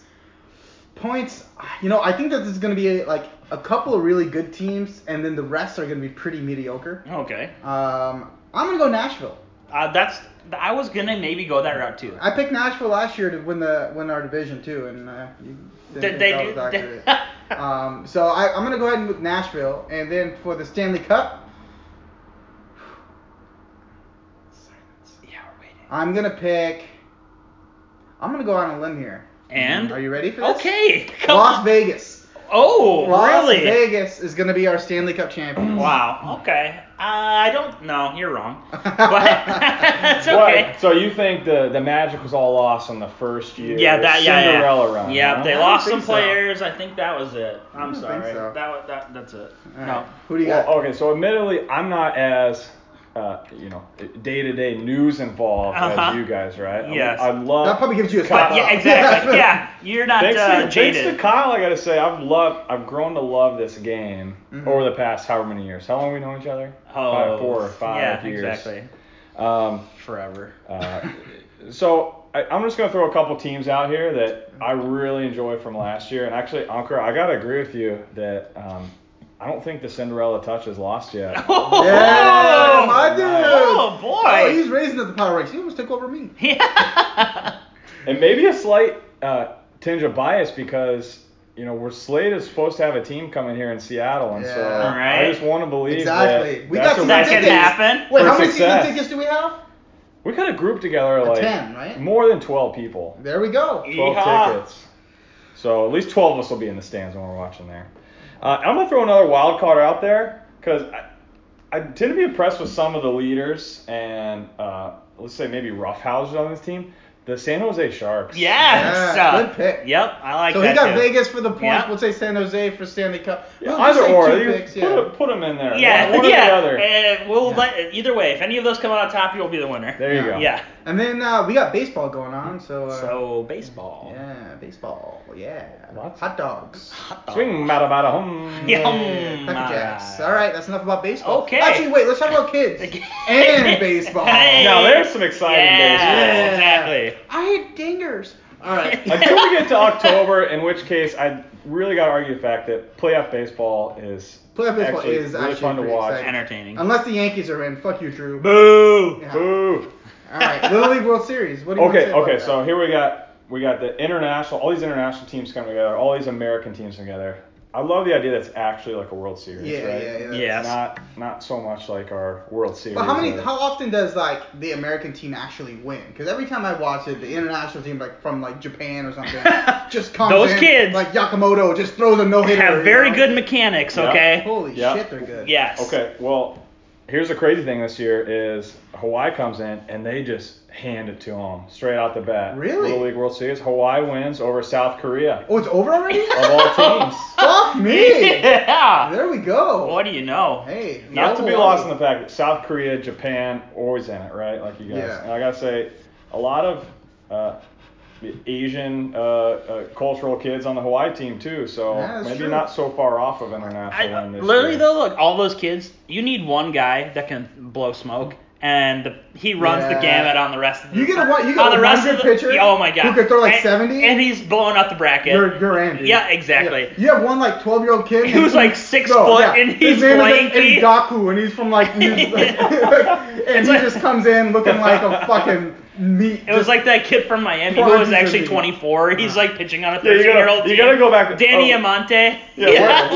Speaker 2: points. You know, I think that this is going to be like a couple of really good teams, and then the rest are going to be pretty mediocre.
Speaker 4: Okay.
Speaker 2: Um, I'm going to go Nashville.
Speaker 4: Uh, that's. I was gonna maybe go that route too.
Speaker 2: I picked Nashville last year to win the win our division too, and uh, you didn't
Speaker 4: Did
Speaker 2: think
Speaker 4: they
Speaker 2: that
Speaker 4: do-
Speaker 2: was accurate. um, so I, I'm going to go ahead and with Nashville, and then for the Stanley Cup,
Speaker 4: yeah, we're waiting.
Speaker 2: I'm going to pick. I'm going to go on a limb here.
Speaker 4: And
Speaker 2: Are you ready for this?
Speaker 4: okay. Come
Speaker 2: Las
Speaker 4: on.
Speaker 2: Vegas.
Speaker 4: Oh,
Speaker 2: Las
Speaker 4: really?
Speaker 2: Vegas is going to be our Stanley Cup champion.
Speaker 4: Wow. Okay. Uh, I don't. No, you're wrong. But it's okay.
Speaker 3: What? So you think the the magic was all lost on the first year?
Speaker 4: Yeah, that yeah, yeah.
Speaker 3: Cinderella run.
Speaker 4: Yeah,
Speaker 3: huh?
Speaker 4: they
Speaker 2: don't
Speaker 4: lost some
Speaker 2: think so.
Speaker 4: players. I think that was it.
Speaker 2: don't
Speaker 4: I'm
Speaker 2: think
Speaker 4: sorry.
Speaker 2: so.
Speaker 4: That was that. That's it.
Speaker 2: All
Speaker 4: No.
Speaker 2: right. Who do you got?
Speaker 4: Oh,
Speaker 3: Well, okay, so admittedly, I'm not as uh, you know day to day news involved
Speaker 4: Uh-huh.
Speaker 3: as you guys, right? I
Speaker 4: Yes.
Speaker 3: mean, I love.
Speaker 2: That probably gives you a
Speaker 4: But
Speaker 2: step
Speaker 4: oh. yeah,
Speaker 2: up.
Speaker 4: exactly. yeah, you're not
Speaker 3: Thanks,
Speaker 4: uh,
Speaker 3: to,
Speaker 4: jaded.
Speaker 3: thanks to Kyle, I gotta say I've loved, I've grown to love this game
Speaker 2: Mhm.
Speaker 3: over the past however many years. How long we know each other?
Speaker 4: Mm-hmm. oh,
Speaker 3: Probably four or five
Speaker 4: yeah,
Speaker 3: years.
Speaker 4: exactly.
Speaker 3: Um,
Speaker 4: Forever.
Speaker 3: uh, so I, I'm just gonna throw a couple teams out here that I really enjoy from last year, and actually, Ankur, I gotta agree with you that um, I don't think the Cinderella touch is lost yet.
Speaker 4: Oh,
Speaker 2: Yeah, my dude.
Speaker 4: Oh,
Speaker 2: Oh,
Speaker 4: boy.
Speaker 2: he's raising at the power ranks. He almost took over me.
Speaker 4: yeah.
Speaker 3: and maybe a slight uh, tinge of bias because you know we're Slade is supposed to have a team coming here in Seattle, and so
Speaker 2: Yeah.
Speaker 4: Alright.
Speaker 3: I just want to believe
Speaker 2: Exactly.
Speaker 3: that
Speaker 2: We got
Speaker 3: that's a-
Speaker 2: season
Speaker 4: That can
Speaker 2: tickets.
Speaker 4: happen.
Speaker 2: Wait,
Speaker 3: For
Speaker 2: how many
Speaker 3: success.
Speaker 2: season tickets do we have?
Speaker 3: we could have grouped together like
Speaker 2: 10, right?
Speaker 3: more than 12 people,
Speaker 2: There we go.
Speaker 3: 12
Speaker 4: Yeehaw.
Speaker 3: tickets. So at least 12 of us will be in the stands when we're watching there. Uh, I'm gonna throw another wild card out there because I, I tend to be impressed with some of the leaders and uh, let's say maybe roughhouses on this team. The San Jose Sharks.
Speaker 4: Yes.
Speaker 2: Yeah,
Speaker 4: Uh,
Speaker 2: good pick.
Speaker 4: Yep, I like
Speaker 2: so
Speaker 4: that.
Speaker 2: he got
Speaker 4: too.
Speaker 2: Vegas for the points.
Speaker 4: Yeah.
Speaker 2: We'll say San Jose for Stanley Cup.
Speaker 3: Yeah,
Speaker 2: We'll just
Speaker 3: either
Speaker 2: say
Speaker 3: or.
Speaker 2: two
Speaker 3: you
Speaker 2: picks,
Speaker 3: put,
Speaker 2: yeah.
Speaker 3: a- put them in there.
Speaker 4: Yeah,
Speaker 3: One, one
Speaker 4: yeah.
Speaker 3: or the other.
Speaker 4: uh, we'll
Speaker 2: Yeah.
Speaker 4: let either way. If any of those come out on top, you'll be the winner.
Speaker 3: There you
Speaker 2: Yeah.
Speaker 3: go.
Speaker 4: Yeah.
Speaker 2: And then uh, we got baseball going on, so. Uh,
Speaker 4: So baseball.
Speaker 2: Yeah, baseball. Yeah.
Speaker 3: Lots.
Speaker 2: Hot dogs.
Speaker 4: Hot dog.
Speaker 3: Swing, bada, bada, hum.
Speaker 4: Yeah.
Speaker 2: Yum. Cracker Jacks. All right, that's enough about baseball.
Speaker 4: Okay.
Speaker 2: Actually, wait, let's talk about kids and baseball.
Speaker 4: Hey.
Speaker 3: Now there's some exciting
Speaker 4: Yeah,
Speaker 3: baseball.
Speaker 4: exactly.
Speaker 2: I had dingers. All right.
Speaker 3: Until we get to October, in which case I really got to argue the fact that playoff baseball is
Speaker 2: Playoff baseball
Speaker 3: actually
Speaker 2: is
Speaker 3: really
Speaker 2: actually
Speaker 3: fun to
Speaker 2: pretty
Speaker 3: watch.
Speaker 2: exciting.
Speaker 4: Entertaining.
Speaker 2: Unless the Yankees are in, fuck you, Drew.
Speaker 4: Boo.
Speaker 2: Yeah.
Speaker 3: Boo.
Speaker 2: All right, Little League World Series. What do you want to
Speaker 3: Okay,
Speaker 2: say about
Speaker 3: okay.
Speaker 2: that?
Speaker 3: So here we got we got the international, all these international teams coming together, all these American teams together. I love the idea that's actually like a World Series,
Speaker 2: yeah,
Speaker 3: right?
Speaker 2: yeah, yeah,
Speaker 4: Yeah. Yes.
Speaker 3: Not not so much like our World Series.
Speaker 2: But how many?
Speaker 3: or-
Speaker 2: How often does like the American team actually win? Because every time I watch it, the international team, like from like Japan or something, just comes
Speaker 4: Those
Speaker 2: in,
Speaker 4: kids
Speaker 2: like Yakamoto just throws a no hitter.
Speaker 4: Have very good mechanics.
Speaker 3: Yeah.
Speaker 4: Okay.
Speaker 2: Holy
Speaker 3: Yeah.
Speaker 2: shit, they're good.
Speaker 4: Yes.
Speaker 3: Okay, well, here's the crazy thing this year is Hawaii comes in and they just hand it to them straight out the bat.
Speaker 2: Really?
Speaker 3: Little League World Series. Hawaii wins over South Korea
Speaker 2: Oh, it's over already?
Speaker 3: of all teams.
Speaker 2: Fuck me.
Speaker 4: Yeah.
Speaker 2: There we go.
Speaker 4: What do you know?
Speaker 2: Hey,
Speaker 3: Not to be
Speaker 2: Hawaii.
Speaker 3: lost in the fact that South Korea, Japan, always in it, right? Like you guys.
Speaker 2: Yeah.
Speaker 3: And I gotta say, a lot of uh, the Asian uh, uh, cultural kids on the Hawaii team too, so
Speaker 2: Yeah, that's
Speaker 3: maybe
Speaker 2: true.
Speaker 3: not so far off of international
Speaker 4: I,
Speaker 3: win this
Speaker 4: literally
Speaker 3: year.
Speaker 4: though, look, all those kids. You need one guy that can blow smoke, and the, he runs
Speaker 2: Yeah.
Speaker 4: the gamut on the rest of the.
Speaker 2: You get a one. You get
Speaker 4: on
Speaker 2: a
Speaker 4: the rest of
Speaker 2: 100
Speaker 4: the
Speaker 2: pitcher.
Speaker 4: Oh my god.
Speaker 2: Who could throw like
Speaker 4: And-
Speaker 2: 70?
Speaker 4: And he's blowing out the bracket.
Speaker 2: You're you're Andy.
Speaker 4: Yeah, exactly.
Speaker 2: Yeah. You have one like 12 year old kid.
Speaker 4: He
Speaker 2: and-
Speaker 4: was, like, six
Speaker 2: No,
Speaker 4: foot, and he's
Speaker 2: His name
Speaker 4: lanky.
Speaker 2: is like Ndaku, and he's from like, he's, like and he
Speaker 4: like-
Speaker 2: just comes in looking like a fucking meat.
Speaker 4: It was like that kid from Miami who
Speaker 2: Prodigy
Speaker 4: was actually
Speaker 2: league.
Speaker 4: 24. He's like pitching on a
Speaker 3: Yeah, you
Speaker 4: 13
Speaker 3: gotta-
Speaker 4: year old.
Speaker 3: you gotta go back-
Speaker 4: Danny
Speaker 3: oh.
Speaker 4: Amante.
Speaker 3: Yeah,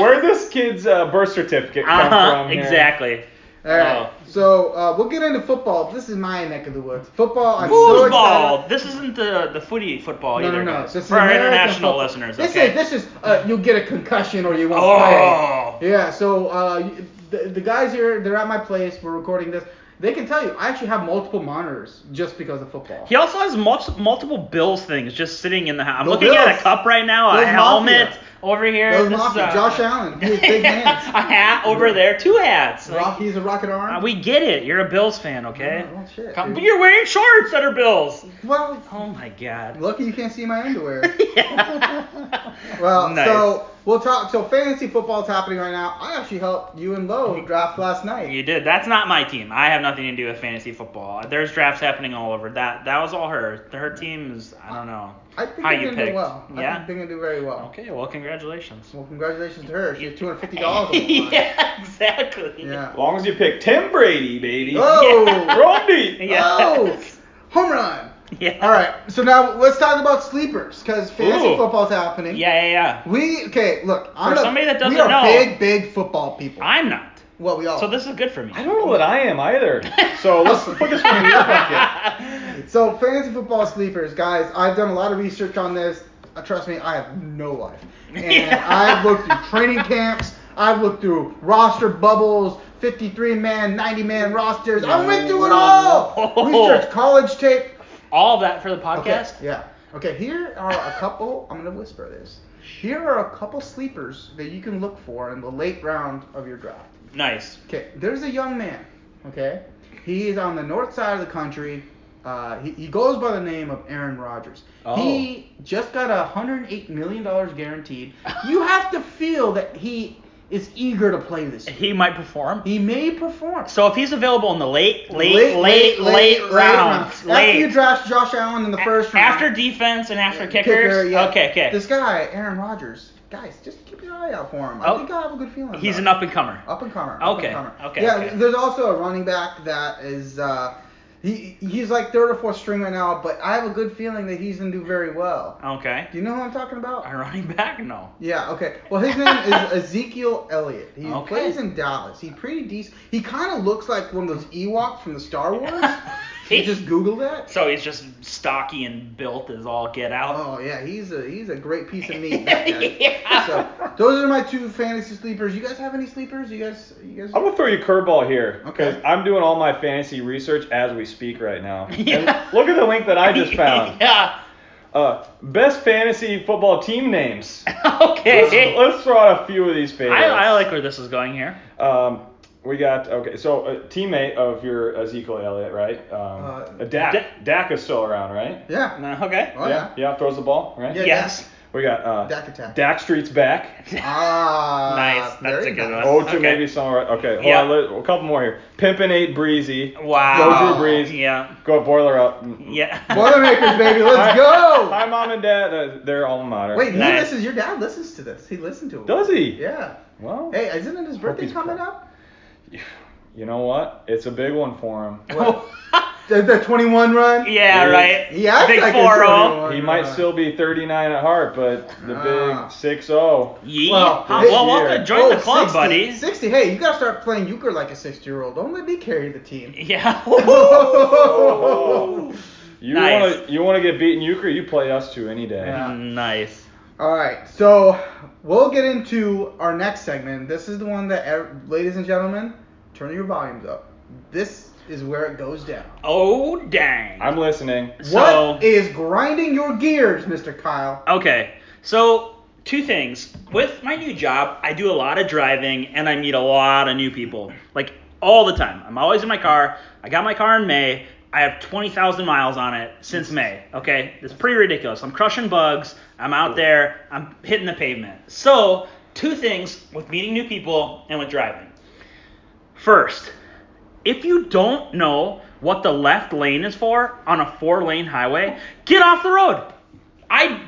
Speaker 3: Where, where'd this kid's uh, birth certificate come
Speaker 4: Uh-huh,
Speaker 3: from? here?
Speaker 4: exactly.
Speaker 2: All right.
Speaker 4: Oh.
Speaker 2: So uh, we'll get into football. This is my neck of the woods. Football. I'm so excited.
Speaker 4: Foosball. This isn't the the footy football
Speaker 2: No,
Speaker 4: either.
Speaker 2: no, no.
Speaker 4: guys.
Speaker 2: This is
Speaker 4: For our
Speaker 2: American
Speaker 4: international
Speaker 2: football.
Speaker 4: listeners.
Speaker 2: This
Speaker 4: okay?
Speaker 2: is this is uh, you'll get a concussion or you won't
Speaker 4: Oh.
Speaker 2: play. Yeah. So uh, you- the, the guys here, they're at my place. We're recording this. They can tell you I actually have multiple monitors just because of football.
Speaker 4: He also has mul- multiple Bills things just sitting in the house. I'm
Speaker 2: The
Speaker 4: looking at
Speaker 2: Bills.
Speaker 4: a cup right now, a
Speaker 2: Bills Mafia.
Speaker 4: helmet over here.
Speaker 2: Those
Speaker 4: This is
Speaker 2: Rocky,
Speaker 4: a-
Speaker 2: Josh Allen, he has big
Speaker 4: a
Speaker 2: hands.
Speaker 4: hat over there, two hats. Like,
Speaker 2: Rocky's a rocket arm.
Speaker 4: uh, we get it. You're a Bills fan, okay?
Speaker 2: Oh, well, shit,
Speaker 4: Come-
Speaker 2: dude.
Speaker 4: but you're wearing shorts that are Bills.
Speaker 2: well,
Speaker 4: Oh my God.
Speaker 2: lucky you can't see my underwear.
Speaker 4: Yeah.
Speaker 2: Well,
Speaker 4: Nice.
Speaker 2: so we'll talk. So fantasy football's happening right now. I actually helped you and Lowe draft last night.
Speaker 4: You did. That's not my team. I have nothing to do with fantasy football. There's drafts happening all over. That that was all her. Her team is I don't know.
Speaker 2: I think
Speaker 4: How
Speaker 2: I
Speaker 4: you
Speaker 2: did
Speaker 4: picked.
Speaker 2: do well. I
Speaker 4: Yeah?
Speaker 2: think I did very well.
Speaker 4: Okay, well congratulations.
Speaker 2: Well, congratulations to her. She has two hundred fifty dollars.
Speaker 4: yeah, exactly.
Speaker 2: Yeah.
Speaker 3: As long as you pick Tim Brady, baby.
Speaker 2: Oh.
Speaker 3: Roll deep.
Speaker 2: Oh.
Speaker 4: Yes.
Speaker 2: Home run.
Speaker 4: Yeah.
Speaker 2: All right. So now let's talk about sleepers because fantasy
Speaker 3: Ooh.
Speaker 2: football's happening.
Speaker 4: Yeah, yeah, yeah.
Speaker 2: We okay. Look, I'm
Speaker 4: For
Speaker 2: a-
Speaker 4: somebody that
Speaker 2: we
Speaker 4: doesn't
Speaker 2: are
Speaker 4: know-
Speaker 2: big, big football people.
Speaker 4: I'm not.
Speaker 2: well, we all.
Speaker 4: So this is good for me.
Speaker 3: I don't know that I am either. So let's put this one in your bucket.
Speaker 2: So fantasy football sleepers, guys. I've done a lot of research on this. Uh, trust me, I have no life, and I've looked through training camps. I've looked through roster bubbles, 53 man, 90 man rosters. I went through it all.
Speaker 4: Whoa.
Speaker 2: Research college tape.
Speaker 4: All that for the podcast?
Speaker 2: Okay, yeah. Okay, here are a couple. I'm gonna whisper this. Here are a couple sleepers that you can look for in the late round of your draft.
Speaker 4: Nice.
Speaker 2: Okay, there's a young man. Okay, he is on the north side of the country. Uh, he, he goes by the name of Aaron Rodgers.
Speaker 4: Oh.
Speaker 2: He just got a hundred eight million dollars guaranteed. You have to feel that he is eager to play this. year.
Speaker 4: He might perform.
Speaker 2: He may perform.
Speaker 4: So if he's available in the late, late, late, late, rounds, late,
Speaker 2: After you draft Josh Allen in the first round.
Speaker 4: after defense and after
Speaker 2: Kicker,
Speaker 4: kickers.
Speaker 2: yeah.
Speaker 4: Okay, okay.
Speaker 2: This guy, Aaron Rodgers, guys, just keep your eye out for him. I
Speaker 4: Oh.
Speaker 2: think I have a good feeling. about
Speaker 4: he's an
Speaker 2: him.
Speaker 4: up and comer.
Speaker 2: Up and comer.
Speaker 4: Okay,
Speaker 2: Up and comer.
Speaker 4: okay,
Speaker 2: Yeah,
Speaker 4: okay.
Speaker 2: there's also a running back that is. Uh, he, he's like third or fourth string right now, but I have a good feeling that he's gonna do very well.
Speaker 4: Okay.
Speaker 2: Do you know who I'm talking about?
Speaker 4: Our running back? No.
Speaker 2: Yeah, okay. Well, his name is Ezekiel Elliott. He
Speaker 4: Okay.
Speaker 2: plays in Dallas. He pretty decent. He kind of looks like one of those Ewoks from the Star Wars.
Speaker 4: He-
Speaker 2: you just Google that.
Speaker 4: So he's just stocky and built as all get out.
Speaker 2: Oh yeah, he's a he's a great piece of meat. that guy. So those are my two fantasy sleepers. You guys have any sleepers? You guys you guys.
Speaker 3: I'm gonna throw you a curveball here because
Speaker 2: Okay.
Speaker 3: I'm doing all my fantasy research as we speak right now. And
Speaker 4: Yeah.
Speaker 3: look at the link that I just found.
Speaker 4: yeah.
Speaker 3: Uh, best fantasy football team names. Let's,
Speaker 4: Okay.
Speaker 3: let's throw out a few of these favorites.
Speaker 4: I, I like where this is going here.
Speaker 3: Um, we got okay. So a teammate of your Ezekiel Elliott, right? Um,
Speaker 2: Uh,
Speaker 3: Dak.
Speaker 4: Da-
Speaker 3: Dak is still around, right?
Speaker 2: Yeah.
Speaker 4: No, okay.
Speaker 2: Oh yeah.
Speaker 3: Yeah. Throws the ball, right?
Speaker 2: Yeah.
Speaker 4: Yes.
Speaker 3: We got uh,
Speaker 2: Dak attack.
Speaker 3: Dak Street's back.
Speaker 2: Ah.
Speaker 4: Nice, that's
Speaker 2: very
Speaker 4: a good
Speaker 2: nice.
Speaker 3: Oh, to
Speaker 4: Okay.
Speaker 3: maybe somewhere. Okay. Hold
Speaker 4: Yeah.
Speaker 3: on, let- a couple more here. Pimpin' eight breezy.
Speaker 4: Wow.
Speaker 3: Go Drew Brees.
Speaker 4: Yeah.
Speaker 3: Go boiler up.
Speaker 4: Yeah.
Speaker 2: Boilermakers, baby, let's
Speaker 3: Hi-
Speaker 2: go.
Speaker 3: Hi, mom and dad. Uh, they're alma mater.
Speaker 2: Wait, he
Speaker 4: Nice.
Speaker 2: listens. Your dad listens to this. He listened to it.
Speaker 3: Does he?
Speaker 2: Yeah.
Speaker 3: Well,
Speaker 2: Hey, isn't it his birthday
Speaker 3: he's
Speaker 2: coming
Speaker 3: pro-
Speaker 2: up?
Speaker 3: you know what? It's a big one for him.
Speaker 2: What? the, the 21 run.
Speaker 4: yeah,
Speaker 3: He-
Speaker 4: right.
Speaker 2: He acts
Speaker 4: Big
Speaker 2: like a
Speaker 4: 4-0.
Speaker 2: 21
Speaker 3: He might
Speaker 2: run.
Speaker 3: still be 39 at heart, but the
Speaker 2: Ah.
Speaker 3: big oh. 6 0.
Speaker 4: Yee.
Speaker 2: Well,
Speaker 4: Well,
Speaker 2: this
Speaker 4: well welcome.
Speaker 3: year-
Speaker 4: Join the
Speaker 2: Oh,
Speaker 4: club,
Speaker 2: 60,
Speaker 4: buddy.
Speaker 2: 60. Hey, you gotta start playing euchre like a 60 year old. Don't let me carry the team.
Speaker 4: Yeah.
Speaker 2: Oh.
Speaker 3: You
Speaker 4: Nice.
Speaker 3: want to you want to get beaten euchre? You play us two any day.
Speaker 2: Yeah.
Speaker 4: Nice.
Speaker 2: All right, so we'll get into our next segment. This is the one that, ev- ladies and gentlemen, turn your volumes up. This is where it goes down.
Speaker 4: Oh dang.
Speaker 3: I'm listening.
Speaker 4: so
Speaker 2: what is grinding your gears, Mr. Kyle?
Speaker 4: okay. So two things. With my new job, I do a lot of driving and I meet a lot of new people. Like all the time. I'm always in my car. I got my car in May. I have 20,000 miles on it since May. Okay? It's pretty ridiculous. I'm crushing bugs. I'm out there. I'm hitting the pavement. So, two things with meeting new people and with driving. First, if you don't know what the left lane is for on a four lane highway, get off the road. I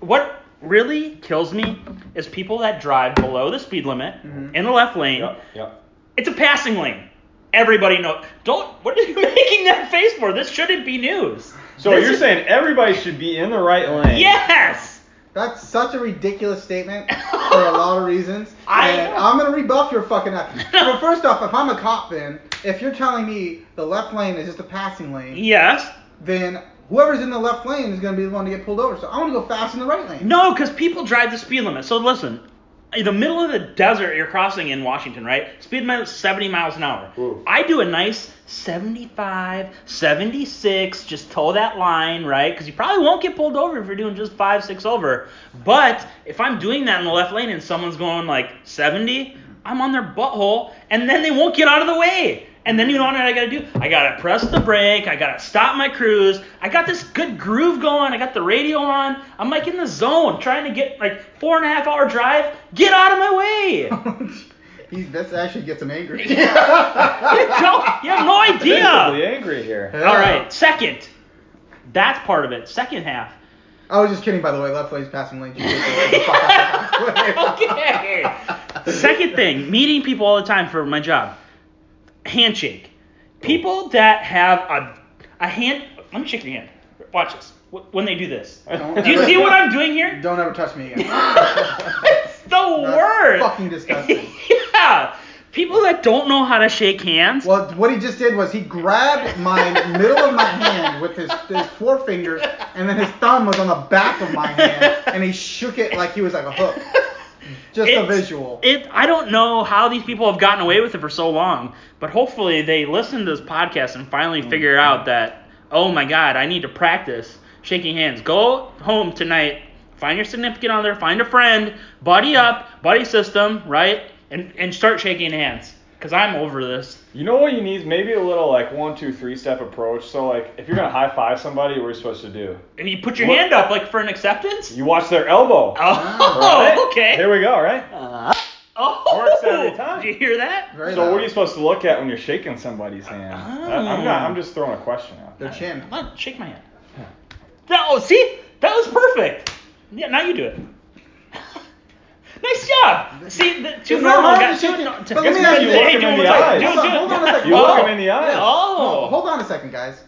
Speaker 4: what really kills me is people that drive below the speed limit
Speaker 2: Mhm.
Speaker 4: in the left lane.
Speaker 3: Mm-hmm. Yep, yep.
Speaker 4: It's a passing lane. Everybody knows. Don't. What are you making that face for? This shouldn't be news.
Speaker 3: So
Speaker 4: This
Speaker 3: you're
Speaker 4: is-
Speaker 3: saying everybody should be in the right lane?
Speaker 4: yes.
Speaker 2: That's such a ridiculous statement for a lot of reasons.
Speaker 4: I-
Speaker 2: and I'm gonna rebuff your fucking ass. Well, first off, if I'm a cop, then if you're telling me the left lane is just a passing
Speaker 3: Mm-hmm.
Speaker 2: lane,
Speaker 4: Yes.
Speaker 2: then whoever's in the left lane is gonna be the one to get pulled over. So I want to go fast in the right lane.
Speaker 4: No, because people drive the speed limit. So listen, in the middle of the desert you're crossing in Washington, right? Speed limit's 70 miles an hour.
Speaker 3: Ooh.
Speaker 4: I do a nice 75, 76, just toe that line, right? Because you probably won't get pulled over if you're doing just 5, 6 over. But if I'm doing that in the left lane and someone's going like 70, I'm on their butthole, and then they won't get out of the way. And then you know what I gotta do? I gotta press the brake. I gotta stop my cruise. I got this good groove going. I got the radio on. I'm like in the zone, trying to get like four and a half hour drive. Get out of my way.
Speaker 2: he, this actually gets him angry.
Speaker 4: you don't. You have no
Speaker 3: Visibly
Speaker 4: idea.
Speaker 3: angry here.
Speaker 2: Uh,
Speaker 4: All right. Second. That's part of it. Second half.
Speaker 2: I was just kidding, by the way. Left lane's passing lane. Just get the fuck out of the passing lane.
Speaker 4: okay. Second thing, meeting people all the time for my job. Handshake. People that have a a hand. Let me shake your hand. Watch this. Wh- When they do this.
Speaker 2: Don't
Speaker 4: Do you
Speaker 2: ever-
Speaker 4: see what I'm doing here?
Speaker 2: Don't ever touch me again.
Speaker 4: it's the
Speaker 2: That's
Speaker 4: word.
Speaker 2: Fucking disgusting.
Speaker 4: yeah. People that don't know how to shake hands.
Speaker 2: Well, what he just did was he grabbed my middle of my hand with his, his forefingers, and then his thumb was on the back of my hand, and he shook it like he was like a hook. Just a
Speaker 4: It's-
Speaker 2: visual.
Speaker 4: It. I don't know how these people have gotten away with it for so long, but hopefully they listen to this podcast and finally
Speaker 3: Mm-hmm.
Speaker 4: figure out that oh my god, I need to practice shaking hands. Go home tonight. Find your significant other. Find a friend. Buddy
Speaker 3: Mm-hmm.
Speaker 4: up. Buddy system. Right. And and start shaking hands. Cause I'm over this.
Speaker 3: You know what you need? Maybe a little like one, two, three step approach. So like if you're gonna high five somebody, what are you supposed to do?
Speaker 4: And You put your
Speaker 3: What-
Speaker 4: hand up like for an acceptance.
Speaker 3: You watch their elbow.
Speaker 4: Oh,
Speaker 3: Right?
Speaker 4: okay.
Speaker 3: Here we go, right?
Speaker 4: Uh, Oh,
Speaker 3: Works every time.
Speaker 4: Did you hear that?
Speaker 2: Very
Speaker 3: So what
Speaker 2: loud.
Speaker 3: are you supposed to look at when you're shaking somebody's hand? I, am not. I'm just throwing a question out.
Speaker 2: Their
Speaker 3: there.
Speaker 2: chin.
Speaker 4: Come on, shake my hand. That, oh, see? That was perfect. Yeah, now you do it. nice job. See, the two
Speaker 2: It's not
Speaker 4: normal
Speaker 2: hard
Speaker 4: guys.
Speaker 2: to
Speaker 4: Two,
Speaker 2: shake
Speaker 4: no,
Speaker 2: it,
Speaker 4: two-
Speaker 2: but let me
Speaker 4: guys-
Speaker 2: ask you,
Speaker 4: hey,
Speaker 2: look
Speaker 4: do
Speaker 2: him in
Speaker 4: it
Speaker 2: the
Speaker 4: with
Speaker 2: eyes.
Speaker 4: like- do it, do
Speaker 2: Hold
Speaker 4: it.
Speaker 2: on a second.
Speaker 3: You look him in the eyes.
Speaker 2: No,
Speaker 4: Oh. Ah.
Speaker 2: hold on a second, guys.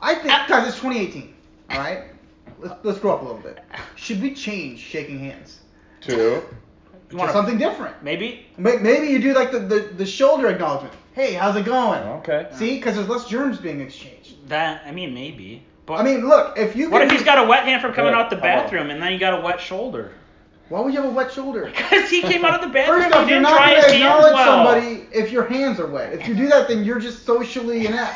Speaker 2: I think guys, it's 2018. All right, let's let's grow up a little bit. Should we change shaking hands
Speaker 3: Two.
Speaker 4: You
Speaker 2: to
Speaker 4: wanna-
Speaker 2: something different?
Speaker 4: Maybe.
Speaker 2: May- Maybe you do like the, the, the shoulder acknowledgement. Hey, how's it going?
Speaker 3: Okay.
Speaker 2: See, because there's less germs being exchanged.
Speaker 4: That, I mean, maybe. But
Speaker 2: I mean, look, if you
Speaker 4: what
Speaker 2: can-
Speaker 4: if he's got a wet hand from coming
Speaker 3: Yeah,
Speaker 4: out the
Speaker 3: how about-
Speaker 4: bathroom and then he got a wet shoulder?
Speaker 2: why would you have a wet shoulder?
Speaker 4: Because he came out of the bathroom
Speaker 2: First
Speaker 4: and
Speaker 2: off, you're
Speaker 4: didn't
Speaker 2: not
Speaker 4: dry
Speaker 2: going
Speaker 4: his
Speaker 2: to
Speaker 4: hands
Speaker 2: acknowledge
Speaker 4: well.
Speaker 2: somebody if your hands are wet. If you do that, then you're just socially inept.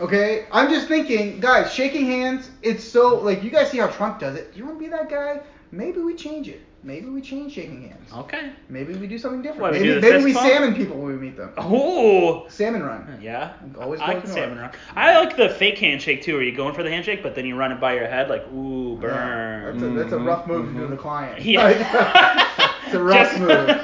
Speaker 2: okay? I'm just thinking, guys, shaking hands, it's so, like, you guys see how Trump does it. Do you want to be that guy? Maybe we change it. Maybe we change shaking hands.
Speaker 4: Okay.
Speaker 2: Maybe we do something different.
Speaker 4: What, Oh. we
Speaker 2: maybe
Speaker 4: do the
Speaker 2: maybe
Speaker 4: fist
Speaker 2: we
Speaker 4: bump?
Speaker 2: salmon people when we meet them.
Speaker 4: Oh.
Speaker 2: Salmon run.
Speaker 4: Yeah.
Speaker 2: Always
Speaker 4: I
Speaker 2: going
Speaker 4: can
Speaker 2: north.
Speaker 4: salmon run. I like the fake handshake too, where you going for the handshake, but then you run it by your head, like ooh,
Speaker 2: Yeah,
Speaker 4: burn. Mm-hmm.
Speaker 2: that's, a, that's a
Speaker 3: Mhm,
Speaker 2: rough move to
Speaker 3: mhm.
Speaker 2: the client.
Speaker 4: Yeah.
Speaker 2: it's a rough
Speaker 4: Just-
Speaker 2: move.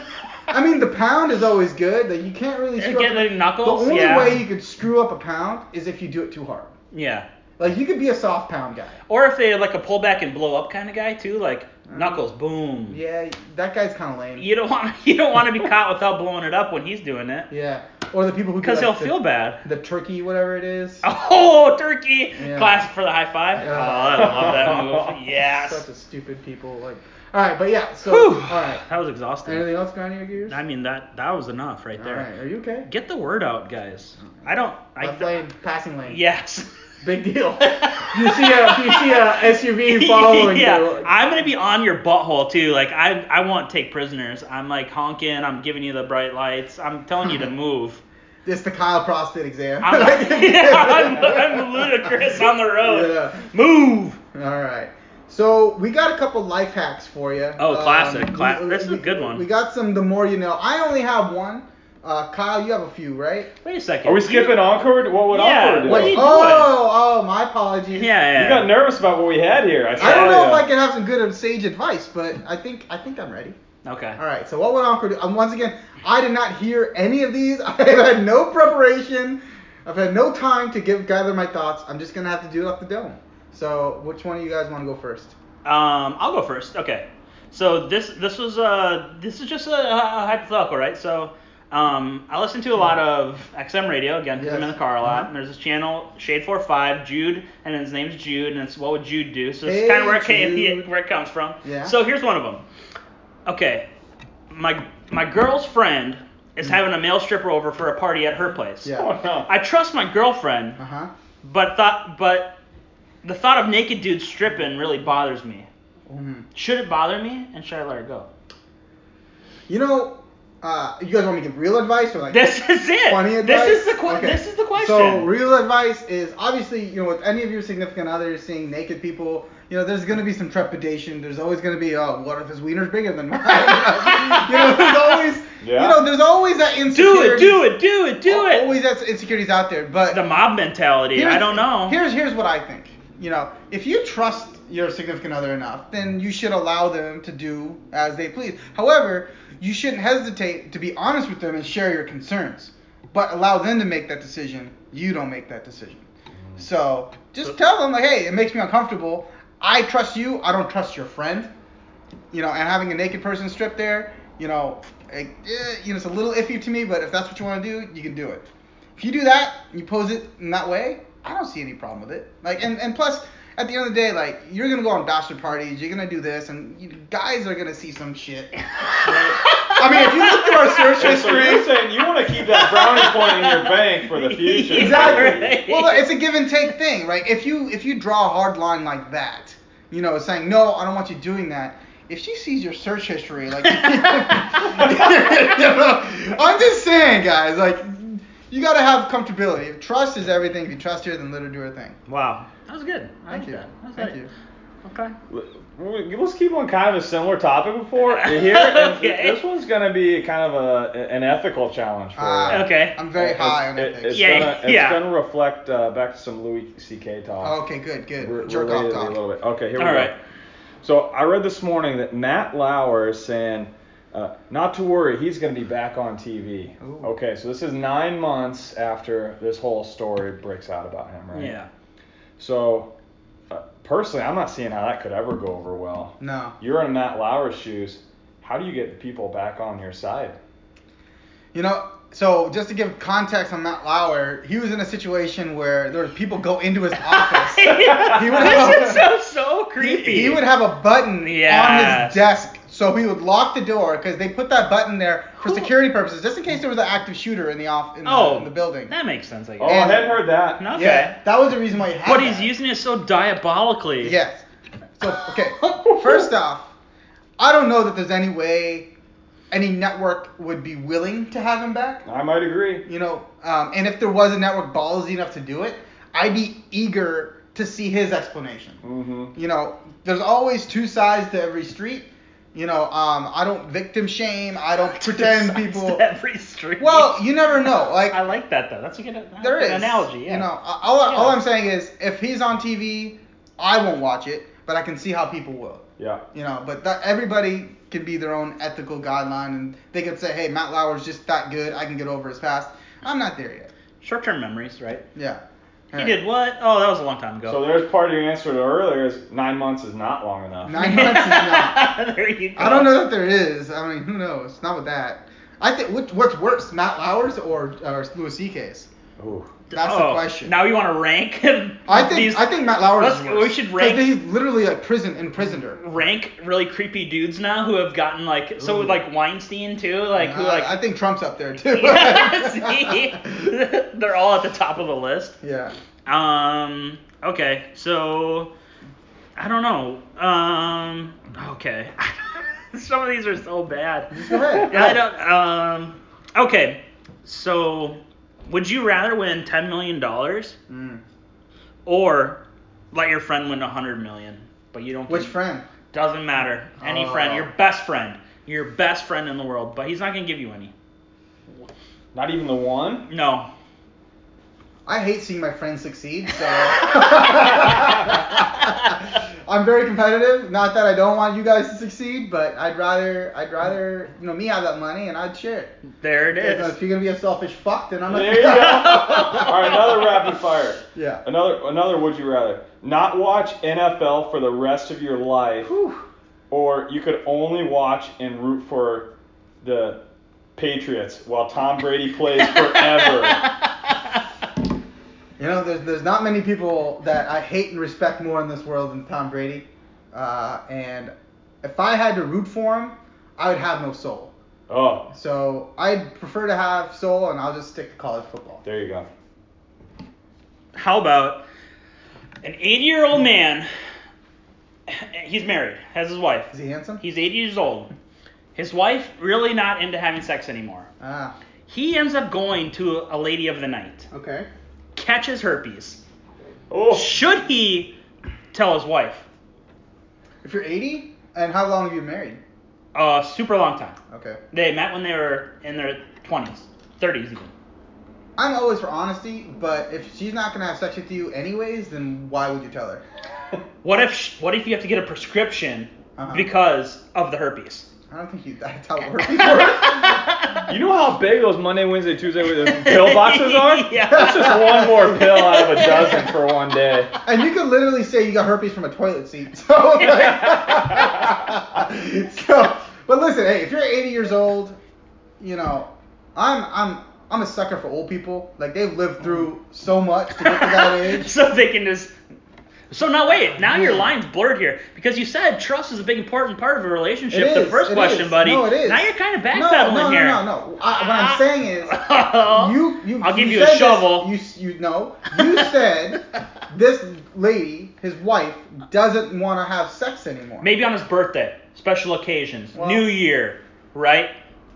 Speaker 2: I mean, the pound is always good. Like, you can't really
Speaker 4: Get
Speaker 2: screw up-
Speaker 4: the knuckles,
Speaker 2: The only
Speaker 4: yeah.
Speaker 2: way you could screw up a pound is if you do it too hard.
Speaker 4: yeah.
Speaker 2: Like you could be a soft pound guy.
Speaker 4: Or if they like a pull back and blow up kind of guy too, like knuckles, boom.
Speaker 2: Uh-huh. Yeah, that guy's kind of lame.
Speaker 4: You don't want you don't want to be caught without blowing it up when he's doing it,
Speaker 2: Yeah. Or the people who do,
Speaker 4: because
Speaker 2: like,
Speaker 4: he'll
Speaker 2: the,
Speaker 4: feel bad.
Speaker 2: The turkey, whatever it is.
Speaker 4: Oh, turkey!
Speaker 2: Yeah.
Speaker 4: Classic for the high five.
Speaker 2: Yeah.
Speaker 4: Oh, I love that move.
Speaker 2: Such
Speaker 4: Yes.
Speaker 2: a stupid people. Like. All right, but yeah. So.
Speaker 4: Whew.
Speaker 2: All right.
Speaker 4: That was exhausting.
Speaker 2: Anything else going on your gears?
Speaker 4: I mean that that was enough right
Speaker 2: All
Speaker 4: there.
Speaker 2: right. Are you okay?
Speaker 4: Get the word out, guys. I don't. I,
Speaker 2: Left lane, passing lane.
Speaker 4: Yes.
Speaker 2: Big deal. you see a you see a SUV following
Speaker 4: yeah,
Speaker 2: you.
Speaker 4: I'm gonna be on your butthole too. Like I, I won't take prisoners. I'm like honking. I'm giving you the bright lights. I'm telling you to move.
Speaker 2: It's the Kyle prostate exam.
Speaker 4: I'm, I'm, I'm ludicrous on the road.
Speaker 2: Yeah.
Speaker 4: Move.
Speaker 2: All right. So we got a couple life hacks for you.
Speaker 4: Oh, classic. Cla- this is a good one.
Speaker 2: We got some. The more you know. I only have one. Uh, Kyle, you have a few, right?
Speaker 4: Wait a second.
Speaker 3: Are we skipping encore? What would
Speaker 4: Yeah,
Speaker 3: encore do?
Speaker 4: what
Speaker 2: Wait.
Speaker 4: you
Speaker 2: Oh, oh, my
Speaker 4: Yeah,
Speaker 2: apologies.
Speaker 4: yeah.
Speaker 3: You got nervous about what we had here. I,
Speaker 2: I don't
Speaker 3: saw
Speaker 2: know
Speaker 3: ya.
Speaker 2: if I can have some good sage advice, but I think I think I'm ready.
Speaker 4: Okay.
Speaker 2: All right. So what would Encore do? Um, once again, I did not hear any of these. I've had no preparation. I've had no time to give gather my thoughts. I'm just gonna have to do it off the dome. So which one of you guys want to go first?
Speaker 4: Um, I'll go first. Okay. So this this was uh this is just a, a hypothetical, right? So um, I listen to a lot of XM radio again because I'm in
Speaker 2: Yes.
Speaker 4: the car a lot.
Speaker 2: Uh-huh.
Speaker 4: And there's this channel Shade Four Five Jude, and his name's Jude, and it's what would Jude do? So it's kind
Speaker 2: Hey,
Speaker 4: of where it came,
Speaker 2: Jude.
Speaker 4: where it comes from.
Speaker 2: Yeah.
Speaker 4: So here's one of them. Okay, my my girl's friend is having a male stripper over for a party at her place.
Speaker 2: Mm. Yeah.
Speaker 3: Oh, no.
Speaker 4: I trust my girlfriend,
Speaker 2: Uh huh.
Speaker 4: but thought but the thought of naked dudes stripping really bothers me.
Speaker 2: Mm-hmm.
Speaker 4: Should it bother me, and should I let her go?
Speaker 2: You know, uh, you guys want me to give real advice or like
Speaker 4: This is it.
Speaker 2: funny advice?
Speaker 4: this is the que-
Speaker 2: Okay.
Speaker 4: this is the question.
Speaker 2: So real advice is obviously you know with any of your significant others seeing naked people, you know there's gonna be some trepidation. There's always gonna be oh what if his wiener's bigger than mine? you know there's always
Speaker 3: Yeah.
Speaker 2: you know there's always that
Speaker 4: do
Speaker 2: insecurity.
Speaker 4: it, do it, do it, do it.
Speaker 2: Always that insecurities out there, but
Speaker 4: the mob mentality. I
Speaker 2: Here's-
Speaker 4: don't know.
Speaker 2: Here's here's what I think. You know, if you trust your significant other enough, then you should allow them to do as they please. However, you shouldn't hesitate to be honest with them and share your concerns, but allow them to make that decision. You don't make that decision. So just tell them like, hey, it makes me uncomfortable. I trust you. I don't trust your friend. You know, and having a naked person strip there, you know, it, eh, you know, it's a little iffy to me. But if that's what you want to do, you can do it. If you do that, you pose it in that way, I don't see any problem with it. Like, and, and plus, at the end of the day, like, you're gonna go on bachelor parties, you're gonna do this, and you, guys are gonna see some shit. I mean, if you look through our search
Speaker 3: Okay, so you're
Speaker 2: history,
Speaker 3: saying you want to keep that brownie point in your bank for the future.
Speaker 4: Exactly. Right.
Speaker 2: well, look, it's a give and take thing, right? If you if you draw a hard line like that, you know, saying no, I don't want you doing that. If she sees your search history, like, I'm just saying, guys, like, you gotta have comfortability. If trust is everything, if you trust her, then let her do her thing.
Speaker 4: wow, that was good. I
Speaker 2: Thank
Speaker 4: like
Speaker 2: you.
Speaker 4: That. That was
Speaker 2: Thank
Speaker 4: like-
Speaker 2: you.
Speaker 4: Okay.
Speaker 3: We- Let's keep on kind of a similar topic before here. and th-
Speaker 4: Okay.
Speaker 3: This one's gonna be kind of a an ethical challenge for
Speaker 2: Ah,
Speaker 3: you.
Speaker 4: Okay.
Speaker 2: I'm very
Speaker 3: It's-
Speaker 2: high on
Speaker 3: it-
Speaker 2: ethics.
Speaker 3: It's,
Speaker 4: Yeah,
Speaker 3: gonna, it's
Speaker 4: yeah.
Speaker 3: gonna reflect uh, back to some Louis C.K. talk.
Speaker 2: Oh, okay, good, good.
Speaker 3: Re-
Speaker 2: Jerk off
Speaker 3: relatedly
Speaker 2: talk.
Speaker 3: a little bit. Okay, here
Speaker 4: All
Speaker 3: we
Speaker 4: right.
Speaker 3: go. So I read this morning that Matt Lauer is saying Uh, not to worry, he's going to be back on TV.
Speaker 2: Ooh.
Speaker 3: Okay, so this is nine months after this whole story breaks out about him, right?
Speaker 4: Yeah.
Speaker 3: So, uh, personally, I'm not seeing how that could ever go over well.
Speaker 2: No.
Speaker 3: You're in Matt Lauer's shoes. How do you get the people back on your side?
Speaker 2: You know, so just to give context on Matt Lauer, he was in a situation where there were people go into his office. He would
Speaker 4: this
Speaker 2: have-
Speaker 4: is so so creepy.
Speaker 2: He, he would have a button on
Speaker 4: Yes.
Speaker 2: his desk. So he would lock the door because they put that button there for
Speaker 4: Who-
Speaker 2: security purposes, just in case there was an active shooter in the off in, the-
Speaker 4: oh,
Speaker 2: in the building.
Speaker 4: That makes sense. I
Speaker 3: Oh,
Speaker 4: guess.
Speaker 3: I hadn't heard that.
Speaker 4: No. okay.
Speaker 2: Yeah, that was the reason why he had.
Speaker 4: but he's
Speaker 2: that.
Speaker 4: using it so diabolically.
Speaker 2: Yes. So okay, first off, I don't know that there's any way any network would be willing to have him back.
Speaker 3: I might agree.
Speaker 2: You know, um, and if there was a network ballsy enough to do it, I'd be eager to see his explanation.
Speaker 3: Mm-hmm.
Speaker 2: You know, there's always two sides to every street. You know, um, I don't victim shame. I don't pretend
Speaker 4: Besides
Speaker 2: people.
Speaker 4: Every street.
Speaker 2: Well, you never know. Like
Speaker 4: I like that though. That's a good, that's
Speaker 2: there
Speaker 4: a good
Speaker 2: is
Speaker 4: analogy. Yeah.
Speaker 2: You know, I- all, all
Speaker 4: Yeah.
Speaker 2: I'm saying is if he's on TV, I won't watch it, but I can see how people will.
Speaker 3: Yeah.
Speaker 2: You know, but that everybody can be their own ethical guideline, and they could say, "Hey, Matt Lauer's just that good. I can get over his past." I'm not there yet.
Speaker 4: Short-term memories, right?
Speaker 2: Yeah.
Speaker 4: He
Speaker 2: Alright.
Speaker 4: did what? Oh, that was a long time ago.
Speaker 3: So there's part of your answer to earlier is nine months is not long enough.
Speaker 2: Nine months is not.
Speaker 4: there you go.
Speaker 2: I don't know that there is. I mean, who knows? Not with that. I think what, what's worse, Matt Lauer's or or Louis C.K.'s?
Speaker 3: Ooh.
Speaker 2: That's
Speaker 4: Oh,
Speaker 2: the question.
Speaker 4: Now you want to rank?
Speaker 2: I think
Speaker 4: these,
Speaker 2: I think Matt Lauer's is
Speaker 4: Let's-
Speaker 2: worse.
Speaker 4: we should
Speaker 2: 'Cause
Speaker 4: rank-
Speaker 2: He's literally like prison imprisoned her.
Speaker 4: rank really creepy dudes now who have gotten like so
Speaker 2: Ooh.
Speaker 4: like Weinstein too, like who
Speaker 2: I-
Speaker 4: like
Speaker 2: I think Trump's up there too.
Speaker 4: yeah, see? they're all at the top of the list.
Speaker 2: yeah.
Speaker 4: Um. Okay. So I don't know. Um. Okay. Some of these are so bad.
Speaker 2: Go ahead.
Speaker 4: I don't. Um. Okay. So, would you rather win ten million dollars
Speaker 2: Mm.
Speaker 4: or let your friend win a hundred million, but you don't?
Speaker 2: Which
Speaker 4: get-
Speaker 2: friend?
Speaker 4: Doesn't matter. Any
Speaker 2: Oh.
Speaker 4: friend, your best friend, your best friend in the world, but he's not gonna give you any.
Speaker 3: Not even the one.
Speaker 4: No.
Speaker 2: I hate seeing my friends succeed, so I'm very competitive. Not that I don't want you guys to succeed, but I'd rather I'd rather you know me have that money and I'd share it.
Speaker 4: There it
Speaker 2: If,
Speaker 4: is.
Speaker 2: you're gonna be a selfish fuck, then I'm not.
Speaker 3: There you go. All right, another rapid fire.
Speaker 2: Yeah.
Speaker 3: Another another would you rather? Not watch NFL for the rest of your life,
Speaker 2: Whew.
Speaker 3: or you could only watch and root for the Patriots while Tom Brady plays forever.
Speaker 2: You know, there's there's not many people that I hate and respect more in this world than Tom Brady. Uh, and if I had to root for him, I would have no soul.
Speaker 3: oh,
Speaker 2: So I'd prefer to have soul, and I'll just stick to college football.
Speaker 3: there you go.
Speaker 4: How about an 80 year old man? He's married, has his wife.
Speaker 2: Is he handsome?
Speaker 4: He's 80 years old. His wife really not into having sex anymore.
Speaker 2: ah.
Speaker 4: He ends up going to a lady of the night,
Speaker 2: Okay.
Speaker 4: catches herpes.
Speaker 3: Oh,
Speaker 4: Should he tell his wife?
Speaker 2: If you're 80, and how long have you been married?
Speaker 4: A super long time.
Speaker 2: Okay.
Speaker 4: They met when they were in their 20s, 30s even.
Speaker 2: I'm always for honesty, but if she's not gonna have sex with you anyways, then why would you tell her?
Speaker 4: What if sh- what if you have to get a prescription
Speaker 2: Uh-huh.
Speaker 4: because of the herpes?
Speaker 2: I don't think you. That's how it works. yeah.
Speaker 3: you know how big those Monday, Wednesday, Tuesday pill boxes are?
Speaker 4: Yeah.
Speaker 3: That's just one more pill out of a dozen for one day.
Speaker 2: And you could literally say you got herpes from a toilet seat. So, like, so but listen, hey, if you're 80 years old, you know, I'm I'm I'm a sucker for old people. Like they've lived through so much to get to that age.
Speaker 4: so they can just. So now wait, now your line's blurred here because you said trust is a big important part of a relationship.
Speaker 2: It
Speaker 4: the
Speaker 2: is,
Speaker 4: first
Speaker 2: it
Speaker 4: question,
Speaker 2: is.
Speaker 4: buddy.
Speaker 2: No, it is.
Speaker 4: Now you're kind of
Speaker 2: No, no,
Speaker 4: backpedaling
Speaker 2: no,
Speaker 4: here. Uh-huh.
Speaker 2: no, no. I, what I'm saying is, you, you.
Speaker 4: I'll give you a
Speaker 2: said this-
Speaker 4: shovel.
Speaker 2: you s- you know you said this lady, his wife, doesn't want to have sex anymore.
Speaker 4: Maybe on his birthday, special occasions,
Speaker 2: Well-
Speaker 4: New Year, right?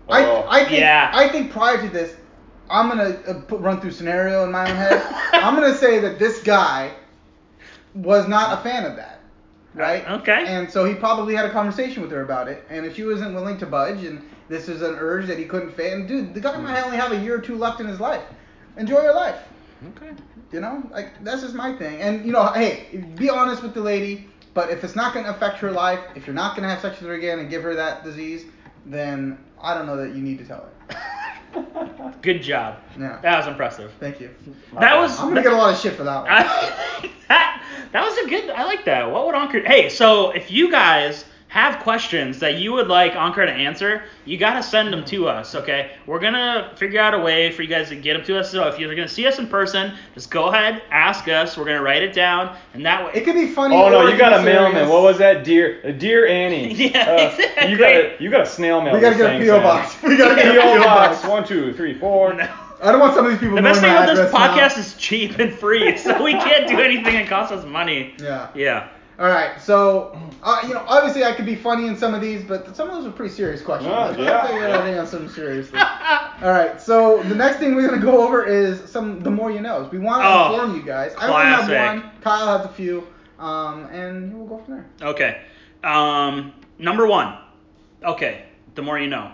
Speaker 3: Oh.
Speaker 2: I, I think
Speaker 4: Yeah.
Speaker 2: I think prior to this, I'm gonna uh, put, run through scenario in my own head. I'm gonna say that this guy was not a fan of that, right?
Speaker 4: Uh, Okay.
Speaker 2: And so he probably had a conversation with her about it, and if she wasn't willing to budge, and this is an urge that he couldn't fit, and dude, the guy might
Speaker 4: Hmm.
Speaker 2: only have a year or two left in his life. Enjoy your life.
Speaker 4: Okay.
Speaker 2: You know, like that's just my thing. And you know, hey, be honest with the lady. But if it's not going to affect her life, if you're not going to have sex with her again and give her that disease, then I don't know that you need to tell her.
Speaker 4: Good job.
Speaker 2: Yeah.
Speaker 4: That was impressive.
Speaker 2: Thank you.
Speaker 4: That was
Speaker 2: I'm gonna get a lot of shit for that one.
Speaker 4: I, that that was a good. I like that. What would Ankur? Hey, so if you guys have questions that you would like Ankur to answer, you gotta send them to us. Okay, we're gonna figure out a way for you guys to get them to us. So if you're gonna see us in person, just go ahead, ask us. We're gonna write it down, and that way.
Speaker 2: it could be funny.
Speaker 3: Oh
Speaker 2: or
Speaker 3: no,
Speaker 2: it
Speaker 3: you
Speaker 2: could
Speaker 3: got
Speaker 2: be
Speaker 3: a mailman.
Speaker 2: serious.
Speaker 3: What was that? Dear, uh, dear Annie.
Speaker 4: Yeah,
Speaker 3: Uh,
Speaker 4: exactly.
Speaker 3: You got a, you got a snail mail.
Speaker 2: We gotta
Speaker 3: these
Speaker 2: get a
Speaker 3: things
Speaker 2: PO
Speaker 3: in.
Speaker 2: box. We gotta get a
Speaker 3: PO box.
Speaker 2: box.
Speaker 3: One, two, three, four.
Speaker 2: I don't want some of these people.
Speaker 4: The best thing
Speaker 2: knowing my
Speaker 4: about this
Speaker 2: address
Speaker 4: podcast is cheap and free, so we can't do anything that costs us money.
Speaker 2: now. Yeah.
Speaker 4: Yeah.
Speaker 2: All right. So, uh, you know, obviously I could be funny in some of these, but some of those are pretty serious questions.
Speaker 3: Yeah,
Speaker 2: Like,
Speaker 3: yeah.
Speaker 2: I figured I think on some serious. things. All right. So the next thing we're gonna go over is some the more you knows. We want to
Speaker 4: Oh,
Speaker 2: inform you guys. I only have
Speaker 4: classic.
Speaker 2: one. Kyle has a few. Um, and we'll go from there.
Speaker 4: Okay. Um, number one. Okay. The more you know.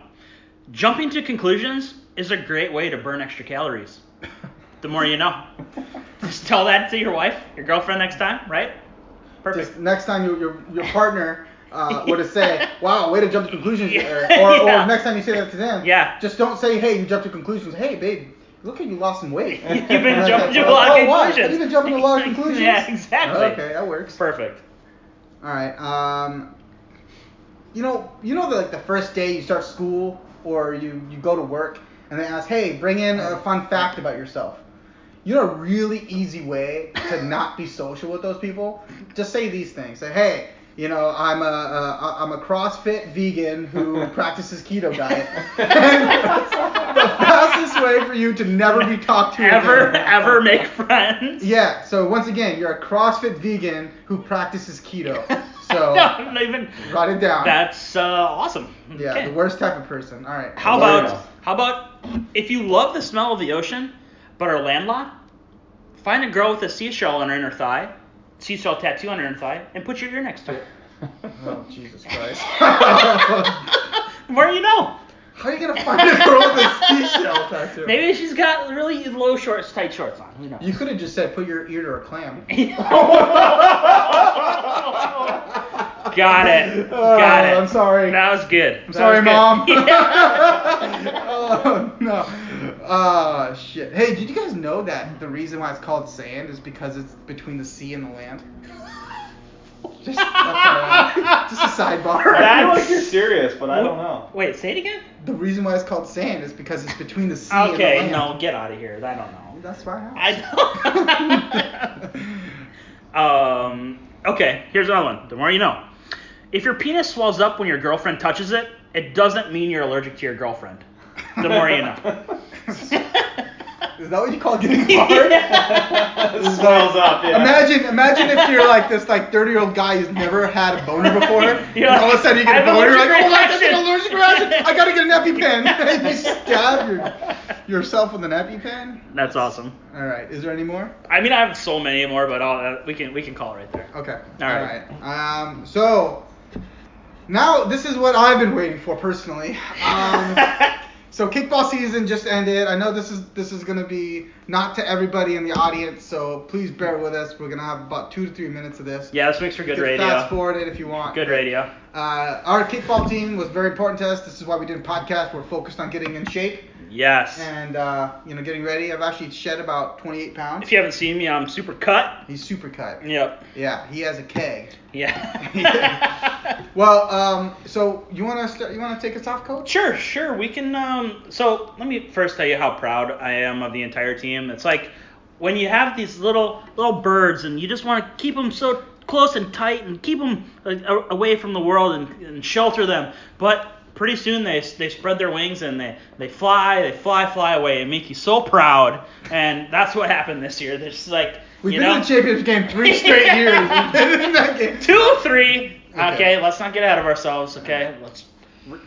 Speaker 4: Jumping to conclusions is a great way to burn extra calories. The more you know. Just tell that to your wife, your girlfriend next time, right? Perfect.
Speaker 2: Just next time your your, your partner uh, were to say, "Wow, way to jump to conclusions,"
Speaker 4: Yeah.
Speaker 2: there," or, or,
Speaker 4: Yeah.
Speaker 2: next time you say that to them,
Speaker 4: Yeah.
Speaker 2: just don't say, "Hey, you jumped to conclusions." Hey, babe, look at you lost some weight.
Speaker 4: You've been
Speaker 2: And that's
Speaker 4: jumping to a lot of
Speaker 2: "Oh, what?
Speaker 4: conclusions.
Speaker 2: I've been jumping to a lot of conclusions.
Speaker 4: yeah, exactly.
Speaker 2: Okay, that works.
Speaker 4: Perfect.
Speaker 2: All right. Um, you know, you know, the, like the first day you start school or you you go to work, and they ask, "Hey, bring in a fun fact about yourself." You know, a really easy way to not be social with those people. Just say these things. Say, "Hey." You know, I'm a, a I'm a CrossFit vegan who practices keto diet. And that's the fastest way for you to never be talked to
Speaker 4: Ever,
Speaker 2: again.
Speaker 4: ever make friends.
Speaker 2: Yeah. So once again, you're a CrossFit vegan who practices keto. So
Speaker 4: no, not even.
Speaker 2: Write it down.
Speaker 4: That's uh, awesome.
Speaker 2: yeah,
Speaker 4: Okay.
Speaker 2: the worst type of person. All right.
Speaker 4: How
Speaker 3: There
Speaker 4: about
Speaker 3: you go.
Speaker 4: how about if you love the smell of the ocean but are landlocked, find a girl with a seashell on her inner thigh, seashell tattoo on her inner thigh, and put your ear next to it.
Speaker 2: Oh Jesus Christ! How
Speaker 4: Where you know?
Speaker 2: are you gonna find a girl with a seashell tattoo?
Speaker 4: Maybe she's got really low shorts, tight shorts on. Who knows?
Speaker 2: You could have just said, "Put your ear to a clam."
Speaker 4: Got it. Got
Speaker 2: Oh,
Speaker 4: it.
Speaker 2: I'm sorry.
Speaker 4: That was good.
Speaker 2: I'm sorry, mom.
Speaker 4: Yeah.
Speaker 2: oh no. Ah shit. Hey, did you guys know that the reason why it's called sand is because it's between the sea and the land? Just, that's all right. just a sidebar.
Speaker 3: I feel
Speaker 4: That's-
Speaker 3: like you're serious, but I don't know.
Speaker 4: Wait, say it again.
Speaker 2: The reason why it's called sand is because it's between the sea
Speaker 4: Okay,
Speaker 2: and the
Speaker 4: no,
Speaker 2: land.
Speaker 4: get out of here. I don't know.
Speaker 2: That's my house.
Speaker 4: I know. um, okay, here's another one. The more you know. If your penis swells up when your girlfriend touches it, it doesn't mean you're allergic to your girlfriend. The more you know.
Speaker 2: Is that what you call getting hard?
Speaker 3: Swells up. Yeah.
Speaker 2: Imagine, imagine if you're like this like 30 year old guy who's never had a boner before, and
Speaker 4: You're like,
Speaker 2: all of a sudden you get a
Speaker 4: "I have
Speaker 2: boner, you're like,
Speaker 4: allergic
Speaker 2: oh my god, that's an allergic
Speaker 4: reaction."
Speaker 2: reaction! I gotta get an EpiPen! and you stab your, yourself with an EpiPen?
Speaker 4: That's awesome.
Speaker 2: All right, is there any more?
Speaker 4: I mean, I have so many more, but I'll, uh, we can we can call it right there.
Speaker 2: Okay.
Speaker 4: All right.
Speaker 2: All right. Um, so now this is what I've been waiting for personally. Um, so kickball season just ended. I know this is this is gonna be not to everybody in the audience, so please bear with us. We're gonna have about two to three minutes of this.
Speaker 4: Yeah, this makes for good
Speaker 2: You can Fast
Speaker 4: radio.
Speaker 2: forward it if you want.
Speaker 4: Good radio.
Speaker 2: Uh, our kickball team was very important to us. This is why we did a podcast. We're focused on getting in shape
Speaker 4: Yes.
Speaker 2: and uh, you know getting ready. I've actually shed about 28 pounds.
Speaker 4: If you haven't seen me, I'm super cut.
Speaker 2: He's super cut.
Speaker 4: Yep.
Speaker 2: Yeah, he has a keg.
Speaker 4: Yeah.
Speaker 2: Well, um, so you want to start? You want to take us off, coach?
Speaker 4: Sure, sure. We can. Um, so let me first tell you how proud I am of the entire team. It's like when you have these little little birds and you just want to keep them so close and tight and keep them like, a- away from the world and, and shelter them. But pretty soon they they spread their wings and they they fly they fly fly away and make you so proud. And that's what happened this year. They're just like
Speaker 2: We've
Speaker 4: you
Speaker 2: been
Speaker 4: know,
Speaker 2: in the championship game three straight years. We've been in that game.
Speaker 4: two, three.
Speaker 2: Okay.
Speaker 4: Okay. let's not get ahead of ourselves. Okay, let's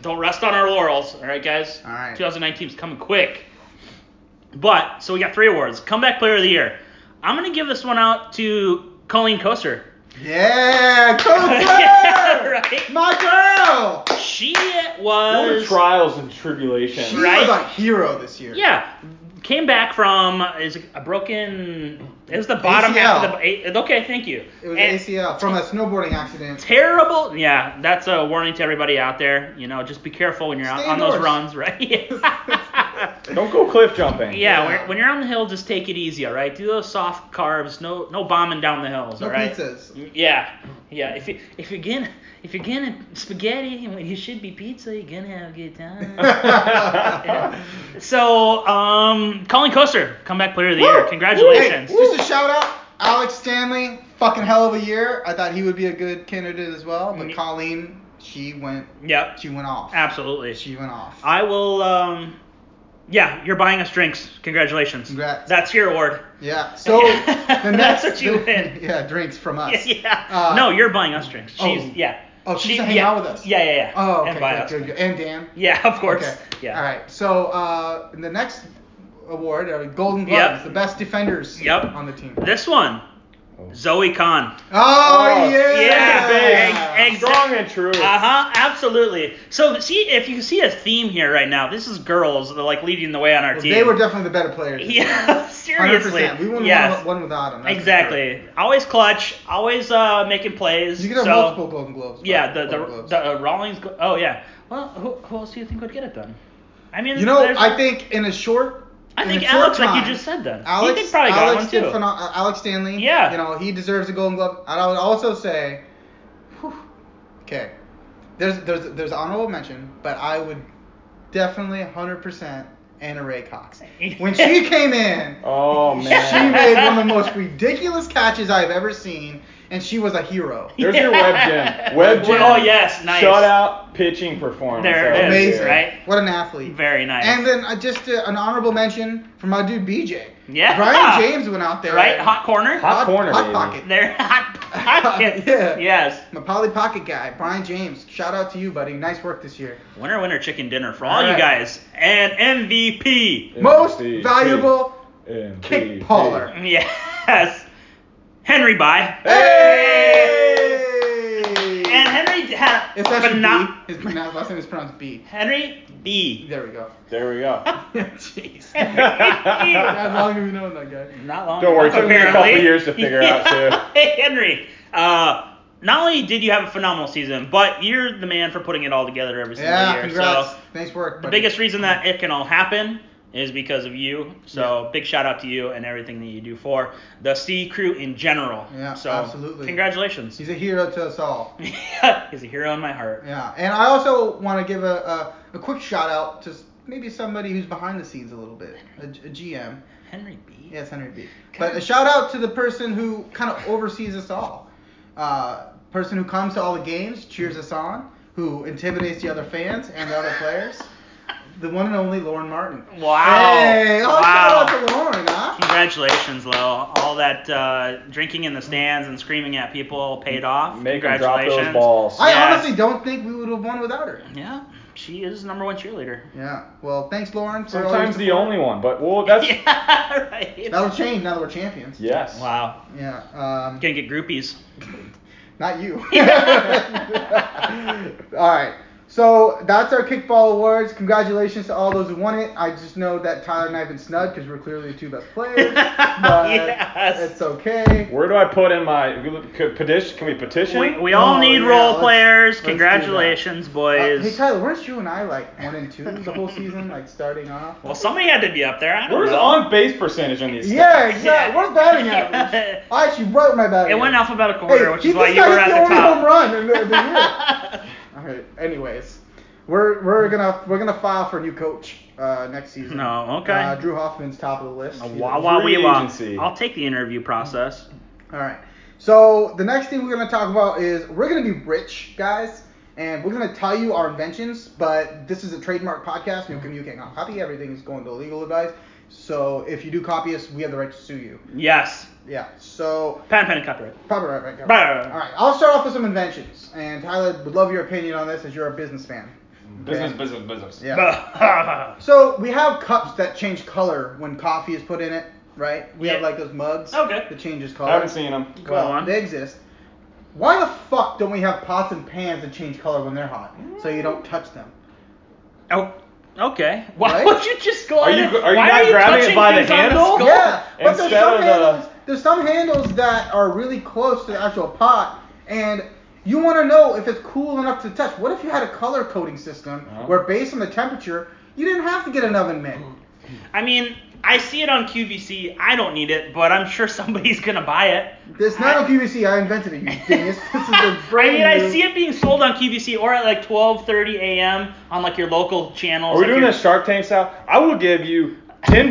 Speaker 4: don't rest on our laurels. All right, guys.
Speaker 2: All right.
Speaker 4: 2019 is coming quick. But so we got three awards. Comeback Player of the Year. I'm gonna give this one out to Colleen Koster.
Speaker 2: Yeah, coach.
Speaker 4: Yeah, right.
Speaker 2: My girl.
Speaker 4: She
Speaker 3: All the
Speaker 4: was
Speaker 3: trials and
Speaker 2: She
Speaker 3: tribulations.
Speaker 2: was
Speaker 4: Right.
Speaker 2: a hero this year.
Speaker 4: yeah came back from is it a broken It was the bottom half
Speaker 2: ACL.
Speaker 4: of the. eh, Okay, thank you.
Speaker 2: It was
Speaker 4: And-
Speaker 2: ACL from a snowboarding accident.
Speaker 4: terrible. Yeah, that's a warning to everybody out there. You know, just be careful when you're out
Speaker 2: Stay
Speaker 4: on those
Speaker 2: indoors.
Speaker 4: runs, right? yeah,
Speaker 3: Don't go cliff jumping.
Speaker 4: When, when you're on the hill, just take it easy, all right? Do those soft carves. No, no bombing down the hills,
Speaker 2: No
Speaker 4: all right?
Speaker 2: pizzas.
Speaker 4: Yeah, yeah. If you if you're gonna if you're gonna spaghetti and when you should be pizza, you're gonna have a good time. Yeah. So, um, Colin Coaster, comeback player of the year. Congratulations.
Speaker 2: Hey, just a shout out, Alex Stanley, fucking hell of a year. I thought he would be a good candidate as well, but
Speaker 4: Mm.
Speaker 2: Colleen, she went,
Speaker 4: Yep.
Speaker 2: she went off.
Speaker 4: Absolutely.
Speaker 2: She went off.
Speaker 4: I will. Um, yeah, you're buying us drinks. Congratulations.
Speaker 2: Congrats.
Speaker 4: That's your award.
Speaker 2: yeah. So
Speaker 4: Yeah.
Speaker 2: the next,
Speaker 4: That's what you
Speaker 2: the-
Speaker 4: win.
Speaker 2: Yeah, drinks from
Speaker 4: Yeah.
Speaker 2: us.
Speaker 4: yeah.
Speaker 2: Uh,
Speaker 4: no, you're buying us drinks.
Speaker 2: oh.
Speaker 4: She's yeah.
Speaker 2: Oh, she's gonna hang
Speaker 4: yeah.
Speaker 2: out with us.
Speaker 4: Yeah, yeah, yeah.
Speaker 2: Oh, okay.
Speaker 4: And buy
Speaker 2: good,
Speaker 4: us.
Speaker 2: good,
Speaker 4: drinks.
Speaker 2: good. And Dan.
Speaker 4: Yeah, of course.
Speaker 2: Okay.
Speaker 4: Yeah.
Speaker 2: All right. So uh, the next award, uh, Golden
Speaker 4: Yep.
Speaker 2: Gloves, the best defenders
Speaker 4: Yep.
Speaker 2: on the team.
Speaker 4: This one, Zoe Khan.
Speaker 2: Oh, yeah.
Speaker 4: yeah, egg- egg-
Speaker 3: Strong and true.
Speaker 4: Uh huh. Absolutely. So see if you see a theme here right now. This is girls that are like leading the way on our
Speaker 2: Well,
Speaker 4: team.
Speaker 2: they were definitely the better players.
Speaker 4: Yeah.
Speaker 2: 100%.
Speaker 4: Seriously.
Speaker 2: We wouldn't
Speaker 4: yes.
Speaker 2: have won without them. that's for sure.
Speaker 4: Exactly. Always clutch. Always uh, making plays.
Speaker 2: You could have
Speaker 4: so,
Speaker 2: multiple Golden Globes.
Speaker 4: Yeah,
Speaker 2: but
Speaker 4: the the,
Speaker 2: Golden Globes.
Speaker 4: the uh, Rawlings. Go- oh yeah. Well, who, who else do you think would get it done? I mean,
Speaker 2: you know,
Speaker 4: there's-
Speaker 2: I think in a short.
Speaker 4: I
Speaker 2: in
Speaker 4: think
Speaker 2: a short
Speaker 4: Alex, like
Speaker 2: time,
Speaker 4: you just said, then
Speaker 2: Alex,
Speaker 4: he could probably got
Speaker 2: Alex
Speaker 4: one
Speaker 2: did
Speaker 4: too.
Speaker 2: phenom- uh, Alex Stanley.
Speaker 4: Yeah.
Speaker 2: You know, he deserves a Golden Glove. And I would also say, whew, okay, there's there's there's honorable mention, but I would definitely 100% Anna Ray Cox. When she came in,
Speaker 3: Oh
Speaker 2: she
Speaker 3: man.
Speaker 2: made one of the most ridiculous catches I've ever seen, and she was a hero.
Speaker 3: There's your web gem. Web gem.
Speaker 4: Oh, yes, nice.
Speaker 3: Shutout pitching performance.
Speaker 4: There it
Speaker 3: That was
Speaker 4: is,
Speaker 2: Amazing.
Speaker 3: good.
Speaker 4: right?
Speaker 2: What an athlete.
Speaker 4: Very nice.
Speaker 2: And then uh, just uh, an honorable mention for my dude BJ.
Speaker 4: Yeah.
Speaker 2: Brian James went out there.
Speaker 4: right,
Speaker 2: and-
Speaker 4: hot corner.
Speaker 3: Hot corner,
Speaker 2: hot
Speaker 3: baby.
Speaker 2: pocket.
Speaker 4: There, hot pocket.
Speaker 2: Yeah.
Speaker 4: Yes.
Speaker 2: My Polly Pocket guy, Brian James. Shout out to you, buddy. Nice work this year.
Speaker 4: Winner, winner, chicken dinner for all,
Speaker 2: All
Speaker 4: you
Speaker 2: right.
Speaker 4: guys, and MVP.
Speaker 2: Most
Speaker 3: MVP.
Speaker 2: valuable.
Speaker 3: MVP.
Speaker 2: kick baller.
Speaker 4: Yes. Henry by.
Speaker 3: Hey!
Speaker 4: And Henry had
Speaker 2: It's actually
Speaker 4: phenom-
Speaker 2: B. His pronounced, last name is pronounced B.
Speaker 4: Henry B.
Speaker 2: There we go.
Speaker 3: There we go.
Speaker 2: Jeez.
Speaker 4: Not
Speaker 2: How long have you known that guy?
Speaker 4: long.
Speaker 3: Don't worry, it
Speaker 4: enough,
Speaker 3: took me a couple
Speaker 4: apparently.
Speaker 3: years to figure out, too.
Speaker 4: Hey, Henry. Uh, not only did you have a phenomenal season, but you're the man for putting it all together every single
Speaker 2: Yeah,
Speaker 4: year.
Speaker 2: congrats.
Speaker 4: So
Speaker 2: nice work.
Speaker 4: the
Speaker 2: buddy.
Speaker 4: biggest reason that it can all happen is because of you. So big shout out to you and everything that you do for the C crew in general.
Speaker 2: Yeah,
Speaker 4: so
Speaker 2: absolutely.
Speaker 4: Congratulations.
Speaker 2: He's a hero to us all.
Speaker 4: He's a hero in my heart.
Speaker 2: Yeah, and I also want to give a, a, a quick shout out to s- maybe somebody who's behind the scenes a little bit, a, a GM.
Speaker 4: Henry B.
Speaker 2: Yes, Henry B. But a shout out to the person who kind of oversees us all. Uh, person who comes to all the games, cheers us on, who intimidates the other fans and the other players. The one and only Lauren Martin.
Speaker 4: Wow.
Speaker 2: Hey, oh,
Speaker 4: Wow.
Speaker 2: shout out to Lauren, huh?
Speaker 4: Congratulations, Lo. All that uh, drinking in the stands and screaming at people paid off.
Speaker 3: Make him drop
Speaker 4: Congratulations.
Speaker 3: those balls.
Speaker 2: I
Speaker 4: Yes.
Speaker 2: honestly don't think we would have won without her.
Speaker 4: Yeah, she is number one cheerleader.
Speaker 2: Yeah. Well, thanks, Lauren. For all your
Speaker 3: Sometimes the
Speaker 2: support.
Speaker 3: only one, but well, that's
Speaker 4: yeah, right.
Speaker 2: That'll change now that we're champions.
Speaker 3: yes.
Speaker 4: Wow.
Speaker 2: Yeah. Um,
Speaker 4: Gonna get groupies.
Speaker 2: Not you. all right. So that's our kickball awards. Congratulations to all those who won it. I just know that Tyler and I have been snubbed because we're clearly the two best players. But
Speaker 4: Yes.
Speaker 2: it's okay. Uh,
Speaker 3: Where do I put in my could petition? Can we petition?
Speaker 4: We, we all
Speaker 2: Oh,
Speaker 4: need
Speaker 2: yeah,
Speaker 4: role
Speaker 2: let's-
Speaker 4: players.
Speaker 2: let's do that.
Speaker 4: Congratulations,
Speaker 2: Uh,
Speaker 4: boys.
Speaker 2: hey Tyler, weren't you and I like one and two the whole season, like starting off?
Speaker 4: well, somebody had to be up there. I don't
Speaker 3: Where's
Speaker 4: know.
Speaker 3: on base percentage on these?
Speaker 2: Yeah, exactly. Where's batting
Speaker 4: Yeah.
Speaker 2: average? I actually wrote my batting.
Speaker 4: It went
Speaker 2: average.
Speaker 4: alphabetical
Speaker 2: Hey,
Speaker 4: order, which
Speaker 2: keep
Speaker 4: is why
Speaker 2: this
Speaker 4: you
Speaker 2: guy
Speaker 4: were
Speaker 2: as
Speaker 4: at
Speaker 2: the
Speaker 4: the
Speaker 2: only
Speaker 4: top.
Speaker 2: home run in the, the year. All right. Anyways, we're we're gonna we're gonna file for a new coach uh, next season.
Speaker 4: No, okay.
Speaker 2: Uh, Drew Hoffman's top of the list.
Speaker 4: A
Speaker 2: He-
Speaker 4: wah wah
Speaker 3: Free
Speaker 4: wee wah.
Speaker 3: agency.
Speaker 4: uh, I'll take the interview process.
Speaker 2: All right. So the next thing we're gonna talk about is we're gonna be rich, guys, and we're gonna tell you our inventions. But this is a trademark podcast. No, you can't copy. Everything is going to legal advice. So if you do copy us, we have the right to sue you.
Speaker 4: Yes.
Speaker 2: Yeah. So
Speaker 4: Patent pending copyright.
Speaker 2: Probably right, right, right.
Speaker 4: Right, right, right.
Speaker 2: All right, I'll start off with some inventions, and Tyler would love your opinion on this as you're a businessman.
Speaker 3: Business,
Speaker 2: Okay.
Speaker 3: business, business.
Speaker 2: Yeah. So we have cups that change color when coffee is put in it, right? We have
Speaker 4: Yeah.
Speaker 2: like those mugs
Speaker 4: Okay.
Speaker 2: that changes color.
Speaker 3: I haven't seen them.
Speaker 4: Go
Speaker 2: Well,
Speaker 4: on.
Speaker 2: They exist. Why the fuck don't we have pots and pans that change color when they're hot, so you don't touch them?
Speaker 4: Oh, okay. Why
Speaker 2: Right?
Speaker 4: would you just go?
Speaker 3: Are
Speaker 4: on
Speaker 3: you-
Speaker 4: it-
Speaker 3: are you
Speaker 4: why
Speaker 3: not grabbing it
Speaker 4: touching
Speaker 3: by the
Speaker 4: things on
Speaker 3: handle?
Speaker 4: goal?
Speaker 2: Yeah, but there's
Speaker 3: Instead
Speaker 2: some
Speaker 3: of the-
Speaker 2: handles there's some handles that are really close to the actual pot, and you want to know if it's cool enough to touch. What if you had a color coding system
Speaker 3: Uh-huh.
Speaker 2: where, based on the temperature, you didn't have to get an oven mitt?
Speaker 4: I mean, I see it on QVC. I don't need it, but I'm sure somebody's gonna buy it.
Speaker 2: This not on QVC. I invented it, you genius. This is a
Speaker 4: I
Speaker 2: brand
Speaker 4: mean, I
Speaker 2: new-
Speaker 4: see it being sold on QVC or at like 12:30 a.m. on like your local channels.
Speaker 3: Are we
Speaker 4: like
Speaker 3: doing
Speaker 4: your-
Speaker 3: this Shark Tank style? I will give you ten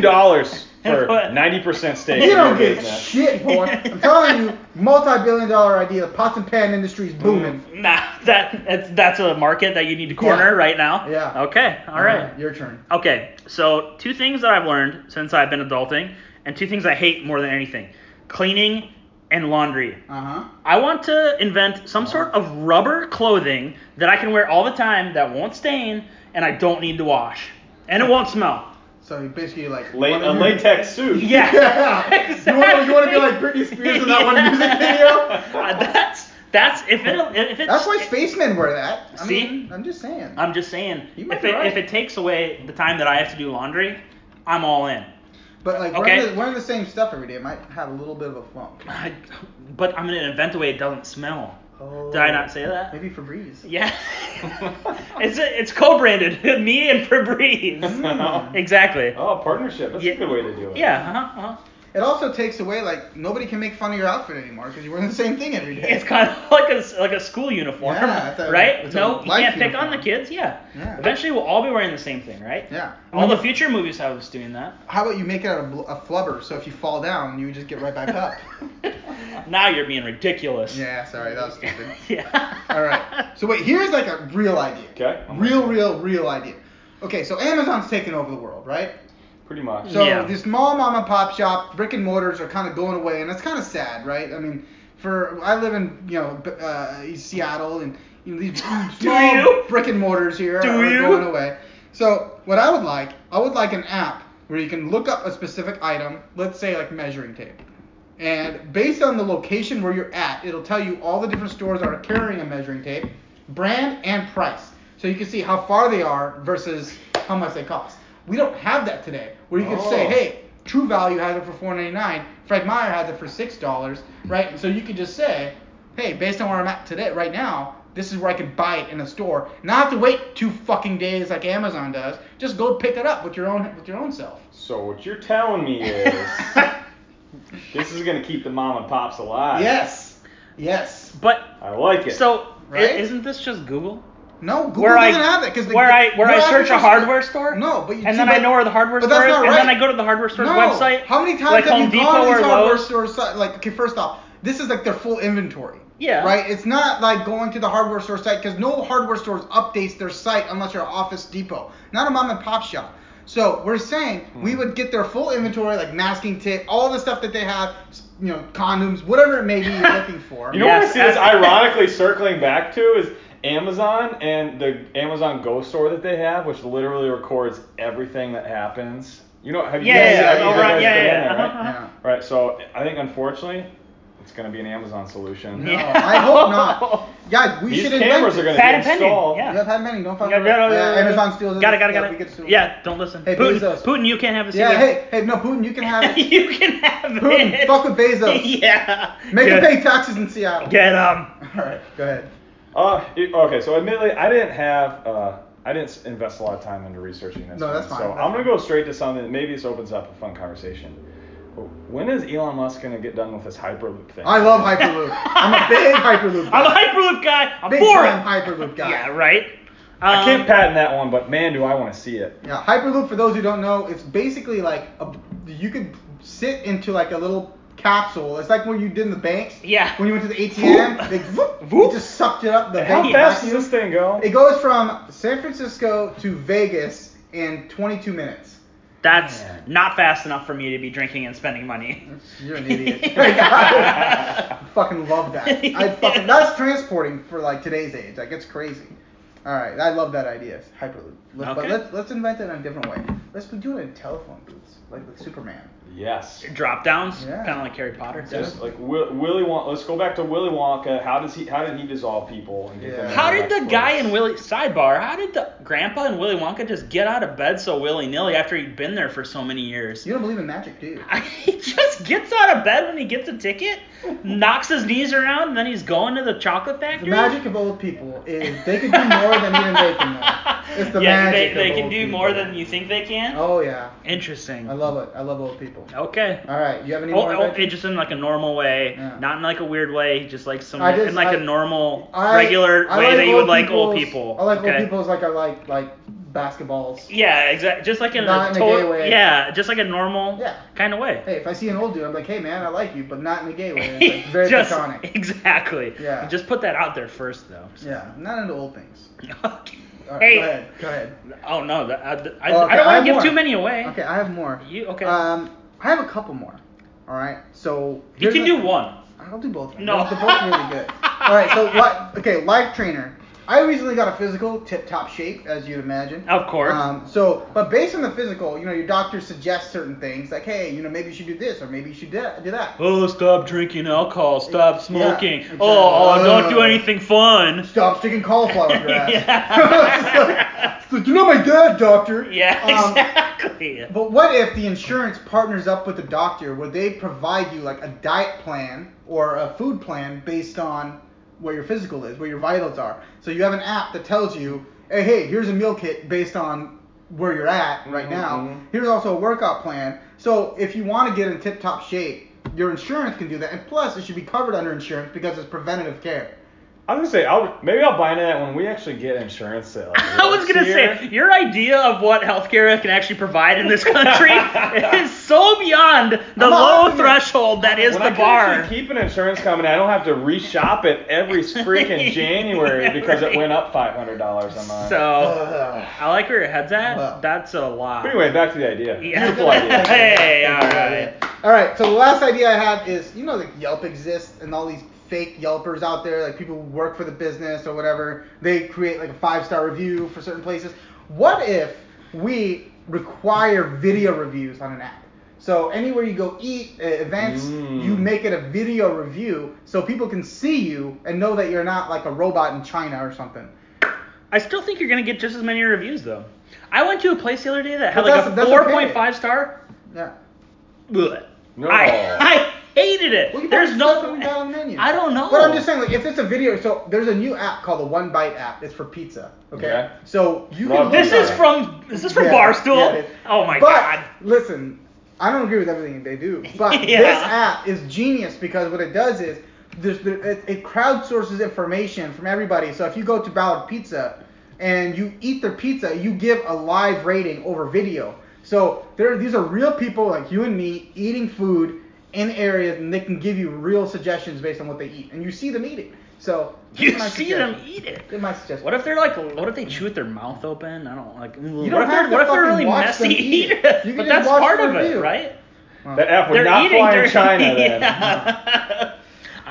Speaker 3: dollars for
Speaker 4: But-
Speaker 3: ninety percent stake.
Speaker 2: You
Speaker 3: in your
Speaker 2: don't get
Speaker 3: business.
Speaker 2: shit, boy. I'm telling you, multi-billion dollar idea. Pots and pan industry's booming.
Speaker 4: Nah, that that's that's a market that you need to corner
Speaker 2: Yeah.
Speaker 4: right now.
Speaker 2: Yeah. Uh-huh.
Speaker 4: Okay. All right.
Speaker 2: Uh, your turn.
Speaker 4: Okay. So two things that I've learned since I've been adulting, and two things I hate more than anything: cleaning and laundry.
Speaker 2: Uh huh.
Speaker 4: I want to invent some
Speaker 2: Uh-huh.
Speaker 4: sort of rubber clothing that I can wear all the time that won't stain and I don't need to wash and it won't smell.
Speaker 2: So you basically like
Speaker 3: La-
Speaker 2: one
Speaker 3: a
Speaker 2: of your-
Speaker 3: latex suit.
Speaker 4: Yeah.
Speaker 2: Yeah. You want to you want to be like Britney Spears in that one music video?
Speaker 4: Uh, that's that's if it if it's
Speaker 2: That's why spacemen wear that. I
Speaker 4: See?
Speaker 2: mean, I'm just saying.
Speaker 4: I'm just saying
Speaker 2: You might
Speaker 4: if
Speaker 2: be
Speaker 4: it,
Speaker 2: right.
Speaker 4: if it takes away the time that I have to do laundry, I'm all in.
Speaker 2: But like
Speaker 4: Okay.
Speaker 2: wearing, the, wearing the same stuff every day might have a little bit of a funk.
Speaker 4: I, but I'm gonna invent a way it doesn't smell.
Speaker 2: Oh.
Speaker 4: Did I not say that?
Speaker 2: Maybe Febreze.
Speaker 4: Yeah. it's it's co-branded, me and Febreze.
Speaker 2: Hmm.
Speaker 4: Exactly.
Speaker 3: Oh, partnership. That's
Speaker 4: Yeah.
Speaker 3: a good way to do it.
Speaker 4: Yeah. Uh-huh, uh-huh.
Speaker 2: It also takes away like nobody can make fun of your outfit anymore because you're wearing the same thing every day.
Speaker 4: It's kind of like a like a school uniform,
Speaker 2: Yeah, it's a-
Speaker 4: right?
Speaker 2: it's a
Speaker 4: no, you
Speaker 2: life
Speaker 4: can't pick on the
Speaker 2: uniform.
Speaker 4: kids. Yeah.
Speaker 2: Yeah.
Speaker 4: Eventually, we'll all be wearing the same thing, right?
Speaker 2: yeah.
Speaker 4: All the future movies have us doing that.
Speaker 2: How about you make it out of bl- a flubber so if you fall down, you just get right back up?
Speaker 4: now you're being ridiculous.
Speaker 2: yeah, sorry, that was stupid.
Speaker 4: Yeah.
Speaker 2: All right. So wait, here's like a real idea.
Speaker 3: Okay. I'm
Speaker 2: Real,
Speaker 3: with you.
Speaker 2: real, real idea. Okay, so Amazon's taking over the world, right?
Speaker 3: Pretty much.
Speaker 2: So
Speaker 4: Yeah.
Speaker 2: the small mom and pop shop, brick and mortars are kind of going away, and that's kind of sad, right? I mean, for I live in you know b- uh, East Seattle, and you know, these small
Speaker 4: you?
Speaker 2: brick and mortars here
Speaker 4: Do
Speaker 2: are
Speaker 4: you?
Speaker 2: going away. So what I would like, I would like an app where you can look up a specific item, let's say like measuring tape, and based on the location where you're at, it'll tell you all the different stores that are carrying a measuring tape, brand and price. So you can see how far they are versus how much they cost. We don't have that today, where you can say,
Speaker 3: Oh.
Speaker 2: hey, True Value has it for $4.99, Frank Meyer has it for $6, right? And so you can just say, hey, based on where I'm at today, right now, this is where I can buy it in a store. Not have to wait two fucking days like Amazon does. Just go pick it up with your own with your own self.
Speaker 3: So what you're telling me is this is gonna keep the mom and pops alive.
Speaker 2: Yes. Yes.
Speaker 4: But
Speaker 3: I like it.
Speaker 4: so i-
Speaker 2: Right?
Speaker 4: isn't this just Google?
Speaker 2: No, Google
Speaker 4: Where I-
Speaker 2: doesn't have that because
Speaker 4: where I where I search a hardware store.
Speaker 2: No, but you
Speaker 4: and
Speaker 2: see,
Speaker 4: then
Speaker 2: but-
Speaker 4: I know where the hardware
Speaker 2: but
Speaker 4: store
Speaker 2: that's
Speaker 4: is,
Speaker 2: not
Speaker 4: and then
Speaker 2: right.
Speaker 4: I go to the hardware store's
Speaker 2: no.
Speaker 4: website.
Speaker 2: How many times
Speaker 4: like
Speaker 2: have
Speaker 4: Home
Speaker 2: you
Speaker 4: Depot
Speaker 2: gone to
Speaker 4: or
Speaker 2: these hardware
Speaker 4: Lowe's?
Speaker 2: stores? si- Like, okay, first off, this is like their full inventory.
Speaker 4: Yeah.
Speaker 2: Right. It's not like going to the hardware store site because no hardware stores updates their site unless you're Office Depot, not a mom and pop shop. So we're saying
Speaker 3: Hmm.
Speaker 2: we would get their full inventory, like masking tape, all the stuff that they have, s- you know, condoms, whatever it may be you're looking for.
Speaker 3: You know
Speaker 4: Yes,
Speaker 3: what I see
Speaker 4: as-
Speaker 3: this ironically circling back to is Amazon and the Amazon Go store that they have, which literally records everything that happens. You know, have you
Speaker 4: Yeah,
Speaker 3: guys,
Speaker 2: yeah,
Speaker 3: have
Speaker 2: yeah, oh,
Speaker 3: you
Speaker 2: right,
Speaker 3: guys
Speaker 2: yeah,
Speaker 3: been
Speaker 4: yeah,
Speaker 3: in there,
Speaker 4: uh-huh,
Speaker 3: right?
Speaker 4: uh-huh.
Speaker 2: Yeah.
Speaker 3: Right, so I think unfortunately, it's going to be an Amazon solution.
Speaker 2: No,
Speaker 4: Yeah.
Speaker 2: I hope not. Yeah, we
Speaker 3: These
Speaker 2: should invent
Speaker 3: cameras are
Speaker 2: it.
Speaker 3: going to be
Speaker 4: Patent pending,
Speaker 3: installed.
Speaker 4: yeah.
Speaker 2: You got Pat Manning, don't fuck
Speaker 4: Yeah,
Speaker 2: with
Speaker 4: yeah,
Speaker 2: it.
Speaker 4: yeah,
Speaker 2: Yeah,
Speaker 4: yeah,
Speaker 2: Amazon steals it.
Speaker 4: Got it, got it, got
Speaker 2: Yeah, we
Speaker 4: it.
Speaker 2: could sue
Speaker 4: Yeah, don't listen.
Speaker 2: Hey,
Speaker 4: Putin,
Speaker 2: Bezos.
Speaker 4: Putin, you can't have this
Speaker 2: Yeah,
Speaker 4: either.
Speaker 2: hey, hey, no, Putin, you can have it.
Speaker 4: you can have
Speaker 2: Putin,
Speaker 4: it.
Speaker 2: fuck with Bezos.
Speaker 4: yeah.
Speaker 2: Make
Speaker 4: Get-
Speaker 2: him pay taxes in Seattle.
Speaker 4: Get um.
Speaker 2: All right, go ahead.
Speaker 3: Uh, it- okay, so admittedly, I didn't have, uh, I didn't s- invest a lot of time into researching this.
Speaker 2: No,
Speaker 3: one,
Speaker 2: that's fine,
Speaker 3: So
Speaker 2: that's
Speaker 3: I'm gonna
Speaker 2: fine.
Speaker 3: go straight to something. that Maybe this opens up a fun conversation. When is Elon Musk gonna get done with this Hyperloop thing?
Speaker 2: I love Hyperloop. I'm a big Hyperloop guy.
Speaker 4: I'm a Hyperloop guy. I'm
Speaker 2: big
Speaker 4: for
Speaker 2: time
Speaker 4: it.
Speaker 2: Hyperloop guy.
Speaker 4: Yeah, right. Um,
Speaker 3: I can't patent that one, but man, do I want to see it.
Speaker 2: Yeah, Hyperloop. For those who don't know, it's basically like a, you could sit into like a little capsule. It's like when you did in the banks.
Speaker 4: Yeah.
Speaker 2: When you went to the ATM, they whoop,
Speaker 4: Whoop.
Speaker 2: you just sucked it up. The
Speaker 3: How
Speaker 2: bank
Speaker 3: fast does
Speaker 2: vacuum.
Speaker 3: this thing go?
Speaker 2: It goes from San Francisco to Vegas in 22 minutes.
Speaker 4: That's
Speaker 3: Man.
Speaker 4: not fast enough for me to be drinking and spending money.
Speaker 2: You're an idiot. I fucking love that. I fucking that's transporting for like today's age. Like it's crazy. All right, I love that idea. Hyperloop. Let's, But
Speaker 4: Okay.
Speaker 2: let's let's invent it in a different way. Let's do it in telephone booths, like with Superman.
Speaker 3: Yes.
Speaker 4: drop downs,
Speaker 2: Yeah.
Speaker 4: kind of like Harry Potter.
Speaker 3: Just like Will, Willy Wonka. Let's go back to Willy Wonka. How does he? How did he dissolve people? And get them
Speaker 2: Yeah.
Speaker 4: How
Speaker 3: in
Speaker 4: did the
Speaker 3: next
Speaker 4: guy
Speaker 3: place?
Speaker 4: in Willy sidebar? How did the grandpa and Willy Wonka just get out of bed so willy nilly after he'd been there for so many years?
Speaker 2: You don't believe in magic, do you?
Speaker 4: he just gets out of bed when he gets a ticket, knocks his knees around, and then he's going to the chocolate
Speaker 2: The
Speaker 4: factory.
Speaker 2: magic of old people is they can do more than even they can know. It's the
Speaker 4: yeah,
Speaker 2: magic
Speaker 4: they, they
Speaker 2: of
Speaker 4: can
Speaker 2: old
Speaker 4: do
Speaker 2: people.
Speaker 4: more than you think they can.
Speaker 2: Oh yeah,
Speaker 4: Interesting.
Speaker 2: I love it. I love old people.
Speaker 4: Okay.
Speaker 2: All right, you have any
Speaker 4: Oh,
Speaker 2: more?
Speaker 4: oh,
Speaker 2: Reggie?
Speaker 4: it just in like a normal way,
Speaker 2: Yeah.
Speaker 4: not in like a weird way, just like some
Speaker 2: I just-
Speaker 4: in like a
Speaker 2: I-
Speaker 4: normal,
Speaker 2: I-
Speaker 4: regular
Speaker 2: I
Speaker 4: way
Speaker 2: like
Speaker 4: that you
Speaker 2: old
Speaker 4: would like old
Speaker 2: people's-
Speaker 4: people.
Speaker 2: I like
Speaker 4: okay?
Speaker 2: old people's like I like like basketballs.
Speaker 4: Yeah, exactly. Just like in
Speaker 2: Not in
Speaker 4: a,
Speaker 2: a
Speaker 4: tot-
Speaker 2: gay way.
Speaker 4: Yeah, just like a normal
Speaker 2: Yeah.
Speaker 4: kind of way.
Speaker 2: Hey, if I see an old dude, I'm like, hey man, I like you, but not in a gay way. It's like very
Speaker 4: just,
Speaker 2: platonic.
Speaker 4: Exactly.
Speaker 2: Yeah.
Speaker 4: Just put that out there first, though.
Speaker 2: Yeah, not into old things.
Speaker 4: Okay.
Speaker 2: All right,
Speaker 4: hey.
Speaker 2: go ahead. Go ahead.
Speaker 4: Oh no, that, I, I,
Speaker 2: Oh, okay,
Speaker 4: I
Speaker 2: I
Speaker 4: don't want
Speaker 2: have
Speaker 4: to give
Speaker 2: more.
Speaker 4: too many away.
Speaker 2: Okay, I have more.
Speaker 4: You okay?
Speaker 2: Um, I have a couple more. All right, so
Speaker 4: you
Speaker 2: here's
Speaker 4: can
Speaker 2: a-
Speaker 4: do one.
Speaker 2: I'll do both. of them.
Speaker 4: No.
Speaker 2: they're both really good. All right, so li- okay, life trainer. I recently got a physical, tip top shape, as you'd imagine.
Speaker 4: Of course.
Speaker 2: Um, so, but based on the physical, you know, your doctor suggests certain things, like, hey, you know, maybe you should do this or maybe you should da- do that.
Speaker 4: Oh, stop drinking alcohol. Stop smoking.
Speaker 2: exactly.
Speaker 4: Oh, oh, don't do
Speaker 2: Uh.
Speaker 4: anything fun.
Speaker 2: Stop sticking cauliflower in your ass.
Speaker 4: Yeah.
Speaker 2: It's like, you know, my dad, doctor.
Speaker 4: Yeah,
Speaker 2: Um,
Speaker 4: exactly.
Speaker 2: But what if the insurance partners up with the doctor where they provide you like a diet plan or a food plan based on where your physical is, where your vitals are? So you have an app that tells you, hey, hey, here's a meal kit based on where you're at right
Speaker 4: Mm-hmm.
Speaker 3: Mhm.
Speaker 2: now. Here's also a workout plan. So if you want to get in tip top shape, your insurance can do that. And plus, it should be covered under insurance because it's preventative care.
Speaker 3: I was gonna say, I'll, maybe I'll buy into that when we actually get insurance sales.
Speaker 4: I was gonna say your idea of what healthcare can actually provide in this country is so beyond the
Speaker 2: I'm
Speaker 4: low
Speaker 2: not-
Speaker 4: threshold that is
Speaker 3: when
Speaker 4: the
Speaker 3: I can
Speaker 4: bar.
Speaker 3: actually keep an insurance company, I don't have to reshop it every freaking January because it went up five hundred dollars a month.
Speaker 4: So
Speaker 2: Ugh.
Speaker 4: I like where your head's at.
Speaker 2: Uh, Well.
Speaker 4: That's a lot.
Speaker 3: But anyway, back to the idea.
Speaker 4: Yeah.
Speaker 3: Beautiful idea.
Speaker 4: Hey,
Speaker 2: That's a good
Speaker 4: alright.
Speaker 2: idea. Alright, so the last idea I have is you know, like Yelp exists and all these fake Yelpers out there, like people who work for the business or whatever, they create like a five star review for certain places. What if we require video reviews on an app? So anywhere you go eat, uh, events,
Speaker 3: Mm.
Speaker 2: you make it a video review so people can see you and know that you're not like a robot in China or something.
Speaker 4: I still think you're gonna get just as many reviews though. I went to a place the other day that had
Speaker 2: But
Speaker 4: like
Speaker 2: that's-
Speaker 4: a
Speaker 2: that's
Speaker 4: 4.5
Speaker 2: okay.
Speaker 4: star.
Speaker 2: Yeah.
Speaker 4: Blech.
Speaker 3: No.
Speaker 4: I, I hated it.
Speaker 2: Well, you
Speaker 4: There's
Speaker 2: probably
Speaker 4: no.
Speaker 2: stuck on the down menu.
Speaker 4: I don't know.
Speaker 2: But I'm just saying, like, if it's a video, so there's a new app called the One Bite app. It's for pizza. Okay.
Speaker 3: Okay.
Speaker 2: So you
Speaker 3: Love
Speaker 2: can.
Speaker 4: This
Speaker 2: look
Speaker 4: is
Speaker 2: at it.
Speaker 4: from. Is this from
Speaker 2: Yeah,
Speaker 4: Barstool?
Speaker 2: yeah, it is.
Speaker 4: Oh my
Speaker 2: but,
Speaker 4: god.
Speaker 2: Listen, I don't agree with everything they do, but
Speaker 4: Yeah.
Speaker 2: this app is genius because what it does is there's, there, it, it crowdsources information from everybody. So if you go to Ballard Pizza and you eat their pizza, you give a live rating over video. So there, these are real people like you and me eating food in areas, and they can give you real suggestions based on what they eat, and you see them eat it. So
Speaker 4: You
Speaker 2: that's my
Speaker 4: see them
Speaker 2: suggestion.
Speaker 4: eat it.
Speaker 2: That's My suggestion.
Speaker 4: What if they're like? What if they chew with their mouth open? I don't like.
Speaker 2: You
Speaker 4: what
Speaker 2: don't
Speaker 4: if they're,
Speaker 2: have to
Speaker 4: what if they're
Speaker 2: fucking
Speaker 4: really
Speaker 2: watch
Speaker 4: messy
Speaker 2: them eat it.
Speaker 4: eaters?
Speaker 2: You can
Speaker 4: but
Speaker 2: just
Speaker 4: that's
Speaker 2: watch
Speaker 4: part
Speaker 2: the
Speaker 4: of it,
Speaker 2: review.
Speaker 4: right?
Speaker 2: Well,
Speaker 3: That app would
Speaker 4: they're
Speaker 3: not
Speaker 4: eating.
Speaker 3: fly
Speaker 4: they're-
Speaker 3: in China then.
Speaker 4: Yeah.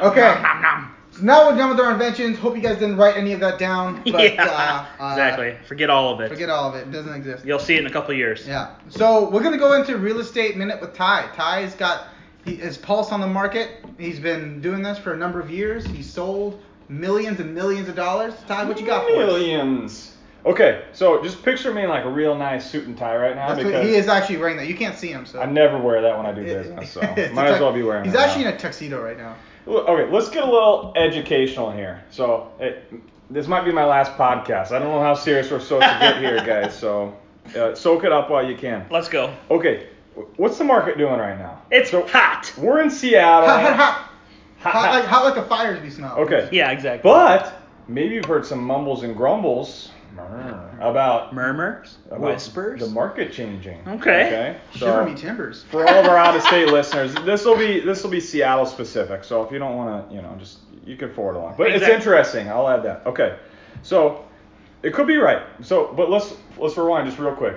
Speaker 2: Okay.
Speaker 4: Nom, nom, nom.
Speaker 2: So now we're done with our inventions. Hope you guys didn't write any of that down. But,
Speaker 4: yeah.
Speaker 2: uh, uh,
Speaker 4: exactly. Forget all of it.
Speaker 2: Forget all of it. It doesn't exist.
Speaker 4: You'll see it in a couple of years.
Speaker 2: Yeah. So we're gonna go into real estate minute with Ty. Ty's got he, his pulse on the market. He's been doing this for a number of years. He sold millions and millions of dollars. Ty, what you got for us?
Speaker 3: Millions. Okay, so just picture me in like a real nice suit and tie right now
Speaker 2: That's
Speaker 3: because
Speaker 2: what, he is actually wearing that. You can't see him, so.
Speaker 3: I never wear that when I do
Speaker 2: It-
Speaker 3: business, so
Speaker 2: it's
Speaker 3: might
Speaker 2: a
Speaker 3: as well
Speaker 2: tux-
Speaker 3: be wearing.
Speaker 2: He's
Speaker 3: that
Speaker 2: actually
Speaker 3: now.
Speaker 2: in a tuxedo right now.
Speaker 3: Well, Okay, let's get a little educational here. So, it, this might be my last podcast. I don't know how serious we're supposed to get here, guys. So, uh, soak it up while you can.
Speaker 4: Let's go.
Speaker 3: Okay, wh- what's the market doing right now?
Speaker 4: It's hot.
Speaker 3: We're in Seattle.
Speaker 2: Hot, hot, hot. Hot
Speaker 3: Hot, hot.
Speaker 2: like, hot like a fire to be smelled.
Speaker 3: Okay.
Speaker 4: Yeah, exactly.
Speaker 3: But maybe you've heard some mumbles and grumbles about,
Speaker 4: Murmurs,
Speaker 3: about
Speaker 4: whispers.
Speaker 3: the market changing.
Speaker 4: Okay.
Speaker 3: Okay. So,
Speaker 2: Shiver me timbers.
Speaker 3: for all of our out-of-state listeners, this will be this will be Seattle specific. So if you don't want to, you know, just you can forward along. But
Speaker 4: Exact-
Speaker 3: it's interesting. I'll add that. Okay, so it could be right. So, but let's let's rewind just real quick.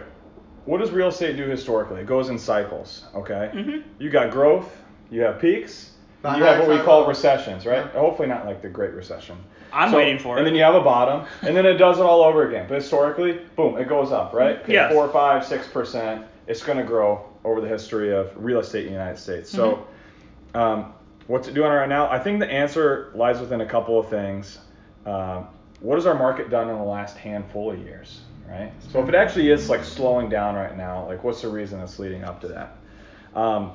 Speaker 3: What does real estate do historically? It goes in cycles.
Speaker 4: Mm-hmm.
Speaker 3: Okay. You got growth. You have peaks.
Speaker 2: Not
Speaker 3: you have what we
Speaker 2: high
Speaker 3: call
Speaker 2: cycle.
Speaker 3: recessions, right?
Speaker 2: Yeah.
Speaker 3: Hopefully not like the Great Recession.
Speaker 4: I'm
Speaker 3: So-
Speaker 4: waiting for
Speaker 3: And
Speaker 4: it.
Speaker 3: then you have a bottom, and then it does it all over again. But historically, boom, it goes up, right? Okay,
Speaker 4: Yes.
Speaker 3: Four, five, six percent. It's gonna grow over the history of real estate in the United States. So,
Speaker 4: Mm-hmm.
Speaker 3: um, what's it doing right now? I think the answer lies within a couple of things. Um, what has our market done in the last handful of years, right? So, if it actually is like slowing down right now, like what's the reason that's leading up to that? Um,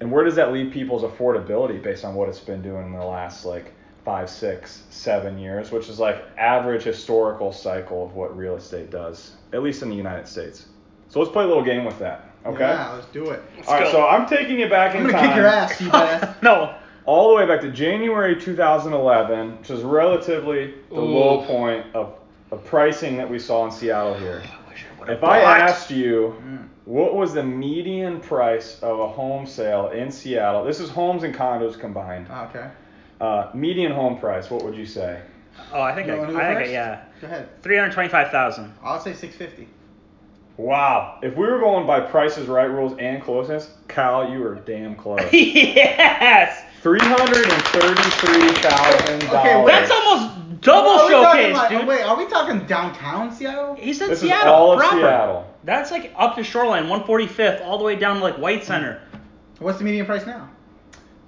Speaker 3: and where does that leave people's affordability based on what it's been doing in the last like five, six, seven years, which is like average historical cycle of what real estate does, at least in the United States. So let's play a little game with that. Okay.
Speaker 2: Yeah, let's do it.
Speaker 3: All right.
Speaker 4: go.
Speaker 3: So I'm taking it back
Speaker 2: I'm
Speaker 3: in
Speaker 2: gonna
Speaker 3: time
Speaker 2: kick your ass, you badass.
Speaker 4: no.
Speaker 3: all the way back to January 2011, which is relatively the low
Speaker 4: Ooh.
Speaker 3: point of, of pricing that we saw in Seattle here. If I
Speaker 4: bought.
Speaker 3: asked you
Speaker 2: Mm,
Speaker 3: what was the median price of a home sale in Seattle, this is homes and condos combined.
Speaker 2: oh, okay.
Speaker 3: Uh, median home price, what would you say?
Speaker 4: Oh, I think
Speaker 2: You
Speaker 4: I,
Speaker 2: wanna go
Speaker 4: I think I,
Speaker 2: first?
Speaker 4: yeah.
Speaker 2: Go ahead.
Speaker 4: Three hundred twenty-five thousand.
Speaker 2: I'll say 650.
Speaker 3: Wow. If we were going by prices, right rules, and closeness, Kyle, you were damn close.
Speaker 4: yes.
Speaker 3: Three hundred and thirty-three thousand
Speaker 2: Okay,
Speaker 3: dollars.
Speaker 2: wait.
Speaker 4: That's almost double
Speaker 2: Are we talking
Speaker 4: showcase,
Speaker 2: like-
Speaker 4: dude.
Speaker 2: Wait, are we talking downtown Seattle?
Speaker 4: He said
Speaker 3: this
Speaker 4: Seattle.
Speaker 3: is all of
Speaker 4: proper.
Speaker 3: Seattle.
Speaker 4: That's like up to Shoreline, 145th, all the way down to like White Center.
Speaker 2: What's the median price now?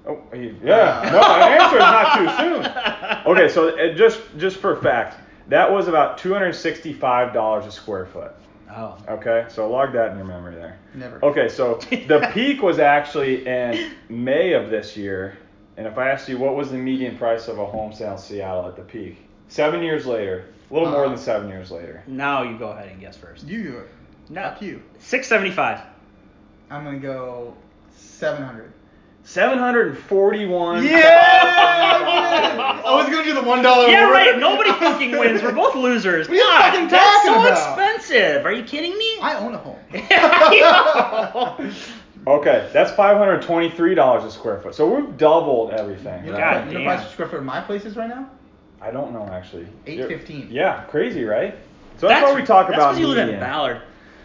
Speaker 3: Oh, he-
Speaker 4: Uh.
Speaker 3: yeah. No, an answer is not too
Speaker 4: Oh.
Speaker 3: soon. Okay, so it just just for fact, that was about two hundred sixty-five dollars a square foot.
Speaker 4: Oh.
Speaker 3: Okay, so log that in your memory there.
Speaker 2: Never.
Speaker 3: Okay, so the peak was actually in May of this year. And if I asked you what was the median price of a home sale in Seattle at the peak, seven years later, a little more than seven years later.
Speaker 4: Now you go ahead and guess first.
Speaker 2: You do it.
Speaker 4: No.
Speaker 2: Fuck you.
Speaker 4: 675.
Speaker 2: I'm gonna go 700.
Speaker 3: Seven hundred and forty-one.
Speaker 2: Yeah! I was gonna do the one dollar.
Speaker 4: Yeah, right. Nobody fucking wins. We're both losers.
Speaker 2: What are you
Speaker 4: God,
Speaker 2: fucking
Speaker 4: that's so
Speaker 2: talking about?
Speaker 4: expensive. Are you kidding me?
Speaker 2: I own a home.
Speaker 3: Okay, that's five hundred twenty-three dollars a square foot. So we've doubled everything.
Speaker 2: You know,
Speaker 3: right?
Speaker 4: God
Speaker 2: what the
Speaker 4: damn.
Speaker 2: price per square foot of my place is right now?
Speaker 3: I don't know actually.
Speaker 2: Eight
Speaker 3: You're-
Speaker 2: fifteen.
Speaker 3: Yeah, crazy, right? So that's, why we talk
Speaker 4: that's
Speaker 3: about
Speaker 4: 'cause you live in
Speaker 3: median.
Speaker 4: Ballard.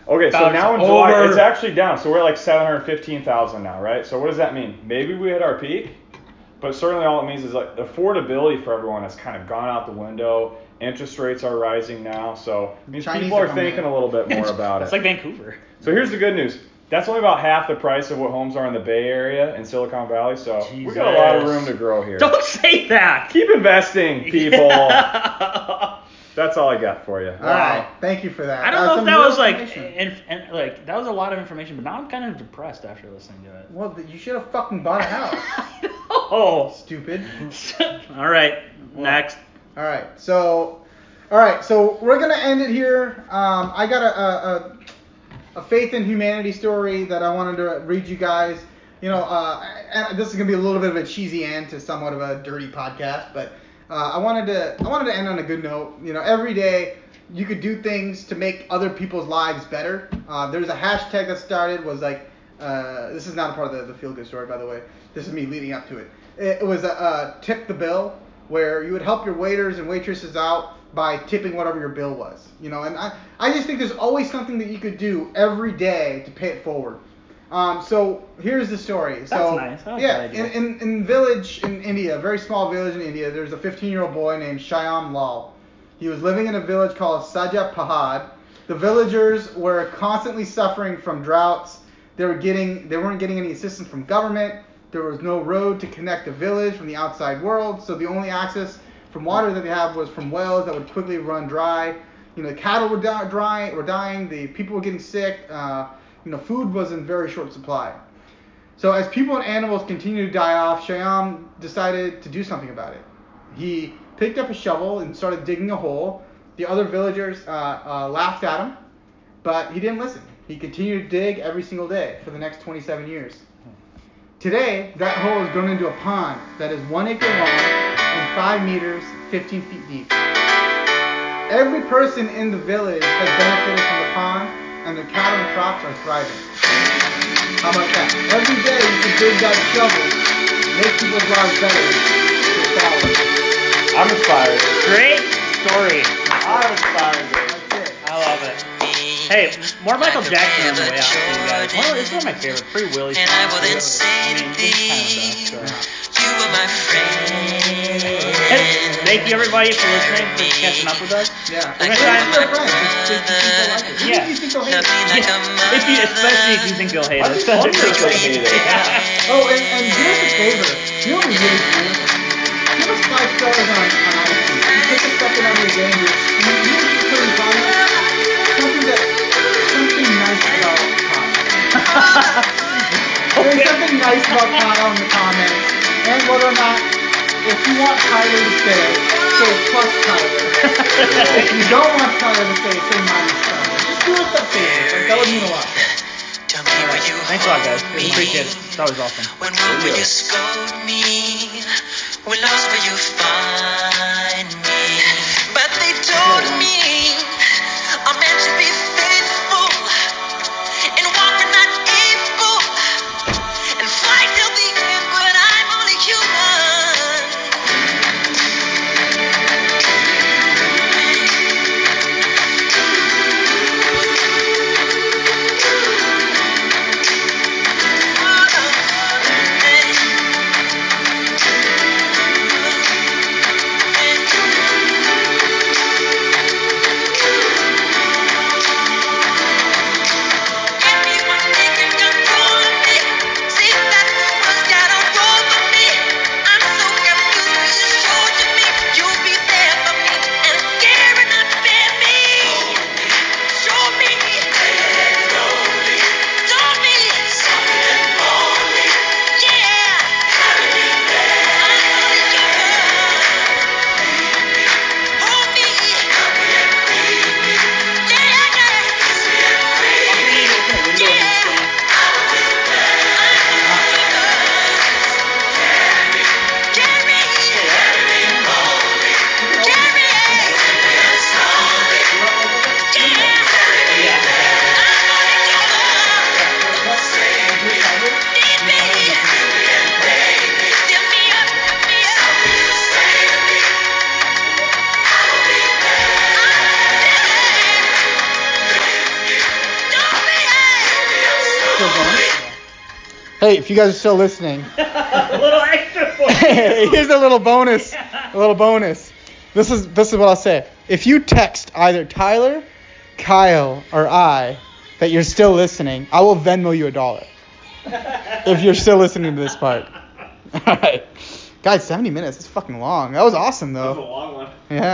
Speaker 3: Okay, so
Speaker 4: Ballard's
Speaker 3: now in July
Speaker 4: over.
Speaker 3: it's actually down. So we're at like seven hundred fifteen thousand now, right? So what does that mean? Maybe we hit our peak, but certainly all it means is like affordability for everyone has kind of gone out the window. Interest rates are rising now, so it means
Speaker 2: Chinese
Speaker 3: people
Speaker 2: are
Speaker 3: are
Speaker 2: coming
Speaker 3: thinking
Speaker 2: in.
Speaker 3: a little bit more about it.
Speaker 4: It's like Vancouver.
Speaker 3: So here's the good news. That's only about half the price of what homes are in the Bay Area and Silicon Valley. So we got a lot of
Speaker 4: Jesus.
Speaker 3: room to grow here.
Speaker 4: Don't say that.
Speaker 3: Keep investing, people.
Speaker 4: I
Speaker 3: That's all I got for you.
Speaker 2: All right. Thank you for that.
Speaker 4: don't
Speaker 2: Uh,
Speaker 4: know if
Speaker 2: some
Speaker 4: that
Speaker 2: real
Speaker 4: was like,
Speaker 2: information.
Speaker 4: and, and like that was a lot of information, but now I'm kind of depressed after listening to it.
Speaker 2: Well, th- you should have fucking bought a house.
Speaker 4: Oh.
Speaker 2: Stupid.
Speaker 4: All right. Next.
Speaker 2: All right. So, all right. So we're gonna end it here. Um, I got a, a, a, a faith in humanity story that I wanted to read you guys. You know, uh, and this is gonna be a little bit of a cheesy end to somewhat of a dirty podcast, but uh, I wanted to I wanted to end on a good note. You know, every day you could do things to make other people's lives better. Uh, there's a hashtag that started was like uh, this is not a part of the, the feel good story by the way. This is me leading up to it. It, it was a uh, tip the bill where you would help your waiters and waitresses out by tipping whatever your bill was. You know, and I, I just think there's always something that you could do every day to pay it forward. Um, so here's the story. so
Speaker 4: nice. I like
Speaker 2: yeah,
Speaker 4: that idea.
Speaker 2: in, in, in village in India, a very small village in India, there's a 15 year old boy named Shyam Lal. He was living in a village called Saja Pahad. The villagers were constantly suffering from droughts. They were getting they weren't getting any assistance from government. There was no road to connect the village from the outside world, so the only access from water that they had was from wells that would quickly run dry. You know, the cattle were di- dry, were dying. The people were getting sick. Uh, you know, food was in very short supply. So as people and animals continued to die off, Shyam decided to do something about it. He picked up a shovel and started digging a hole. The other villagers uh, uh, laughed at him, but he didn't listen. He continued to dig every single day for the next 27 years. Today, that hole has grown into a pond that is one acre long and five meters, 15 feet deep. Every person in the village has benefited from the pond, and their cattle and crops are thriving. How about that? Every day you can dig that shovel, make people's lives better. Your followers.
Speaker 3: I'm inspired.
Speaker 4: Great story.
Speaker 3: I'm inspired.
Speaker 2: That's it.
Speaker 4: I love it. Hey, more Michael Jackson on the way out for you guys. One of- it's one of my favorite, Free Willy.
Speaker 1: And I will then say
Speaker 4: songs. I mean,
Speaker 1: to
Speaker 4: it's kind of the best,
Speaker 1: thee,
Speaker 4: so.
Speaker 1: You were my friend.
Speaker 4: Thank you everybody for listening, for catching up with us.
Speaker 2: Yeah.
Speaker 1: Like
Speaker 2: Like,
Speaker 4: I-
Speaker 2: friends. Just- just keep it like it. Who
Speaker 4: Yeah.
Speaker 2: do you think they'll hate?
Speaker 1: Love me like a mother.
Speaker 4: If you, especially if you think they'll hate
Speaker 3: I
Speaker 4: us.
Speaker 3: think Hunter will hate it.
Speaker 4: Yeah.
Speaker 2: Oh, and, and do us a favor. You know what we really do? Give us five stars on, on iTunes. You put the second on your game. You you need to put in comments something that something nice about Kyle. There's
Speaker 4: Okay.
Speaker 2: something nice about Kyle in the comments, and whether or not if you want Tyler to stay, say plus Tyler. If you don't want Tyler to stay, say minus Tyler. Just do us a favor. Like, that would mean a lot.
Speaker 1: Tell me where you
Speaker 4: Thanks a lot, guys.
Speaker 1: hold
Speaker 4: We appreciate it. It's always awesome.
Speaker 1: When will you
Speaker 3: Yeah.
Speaker 1: scold me? When lost will you find me? But they told me I'm meant to be faithful and walk and not evil and fight till the end, but I'm only human.
Speaker 2: Hey, if you guys are still listening,
Speaker 4: a little extra for
Speaker 2: Hey, here's a little bonus.
Speaker 4: Yeah.
Speaker 2: A little bonus. This is this is what I'll say. If you text either Tyler, Kyle, or I that you're still listening, I will Venmo you a dollar. If you're still listening to this part. Alright. Guys, 70 minutes. It's fucking long. That was awesome
Speaker 3: That was a
Speaker 2: though.
Speaker 3: long one.
Speaker 2: Yeah.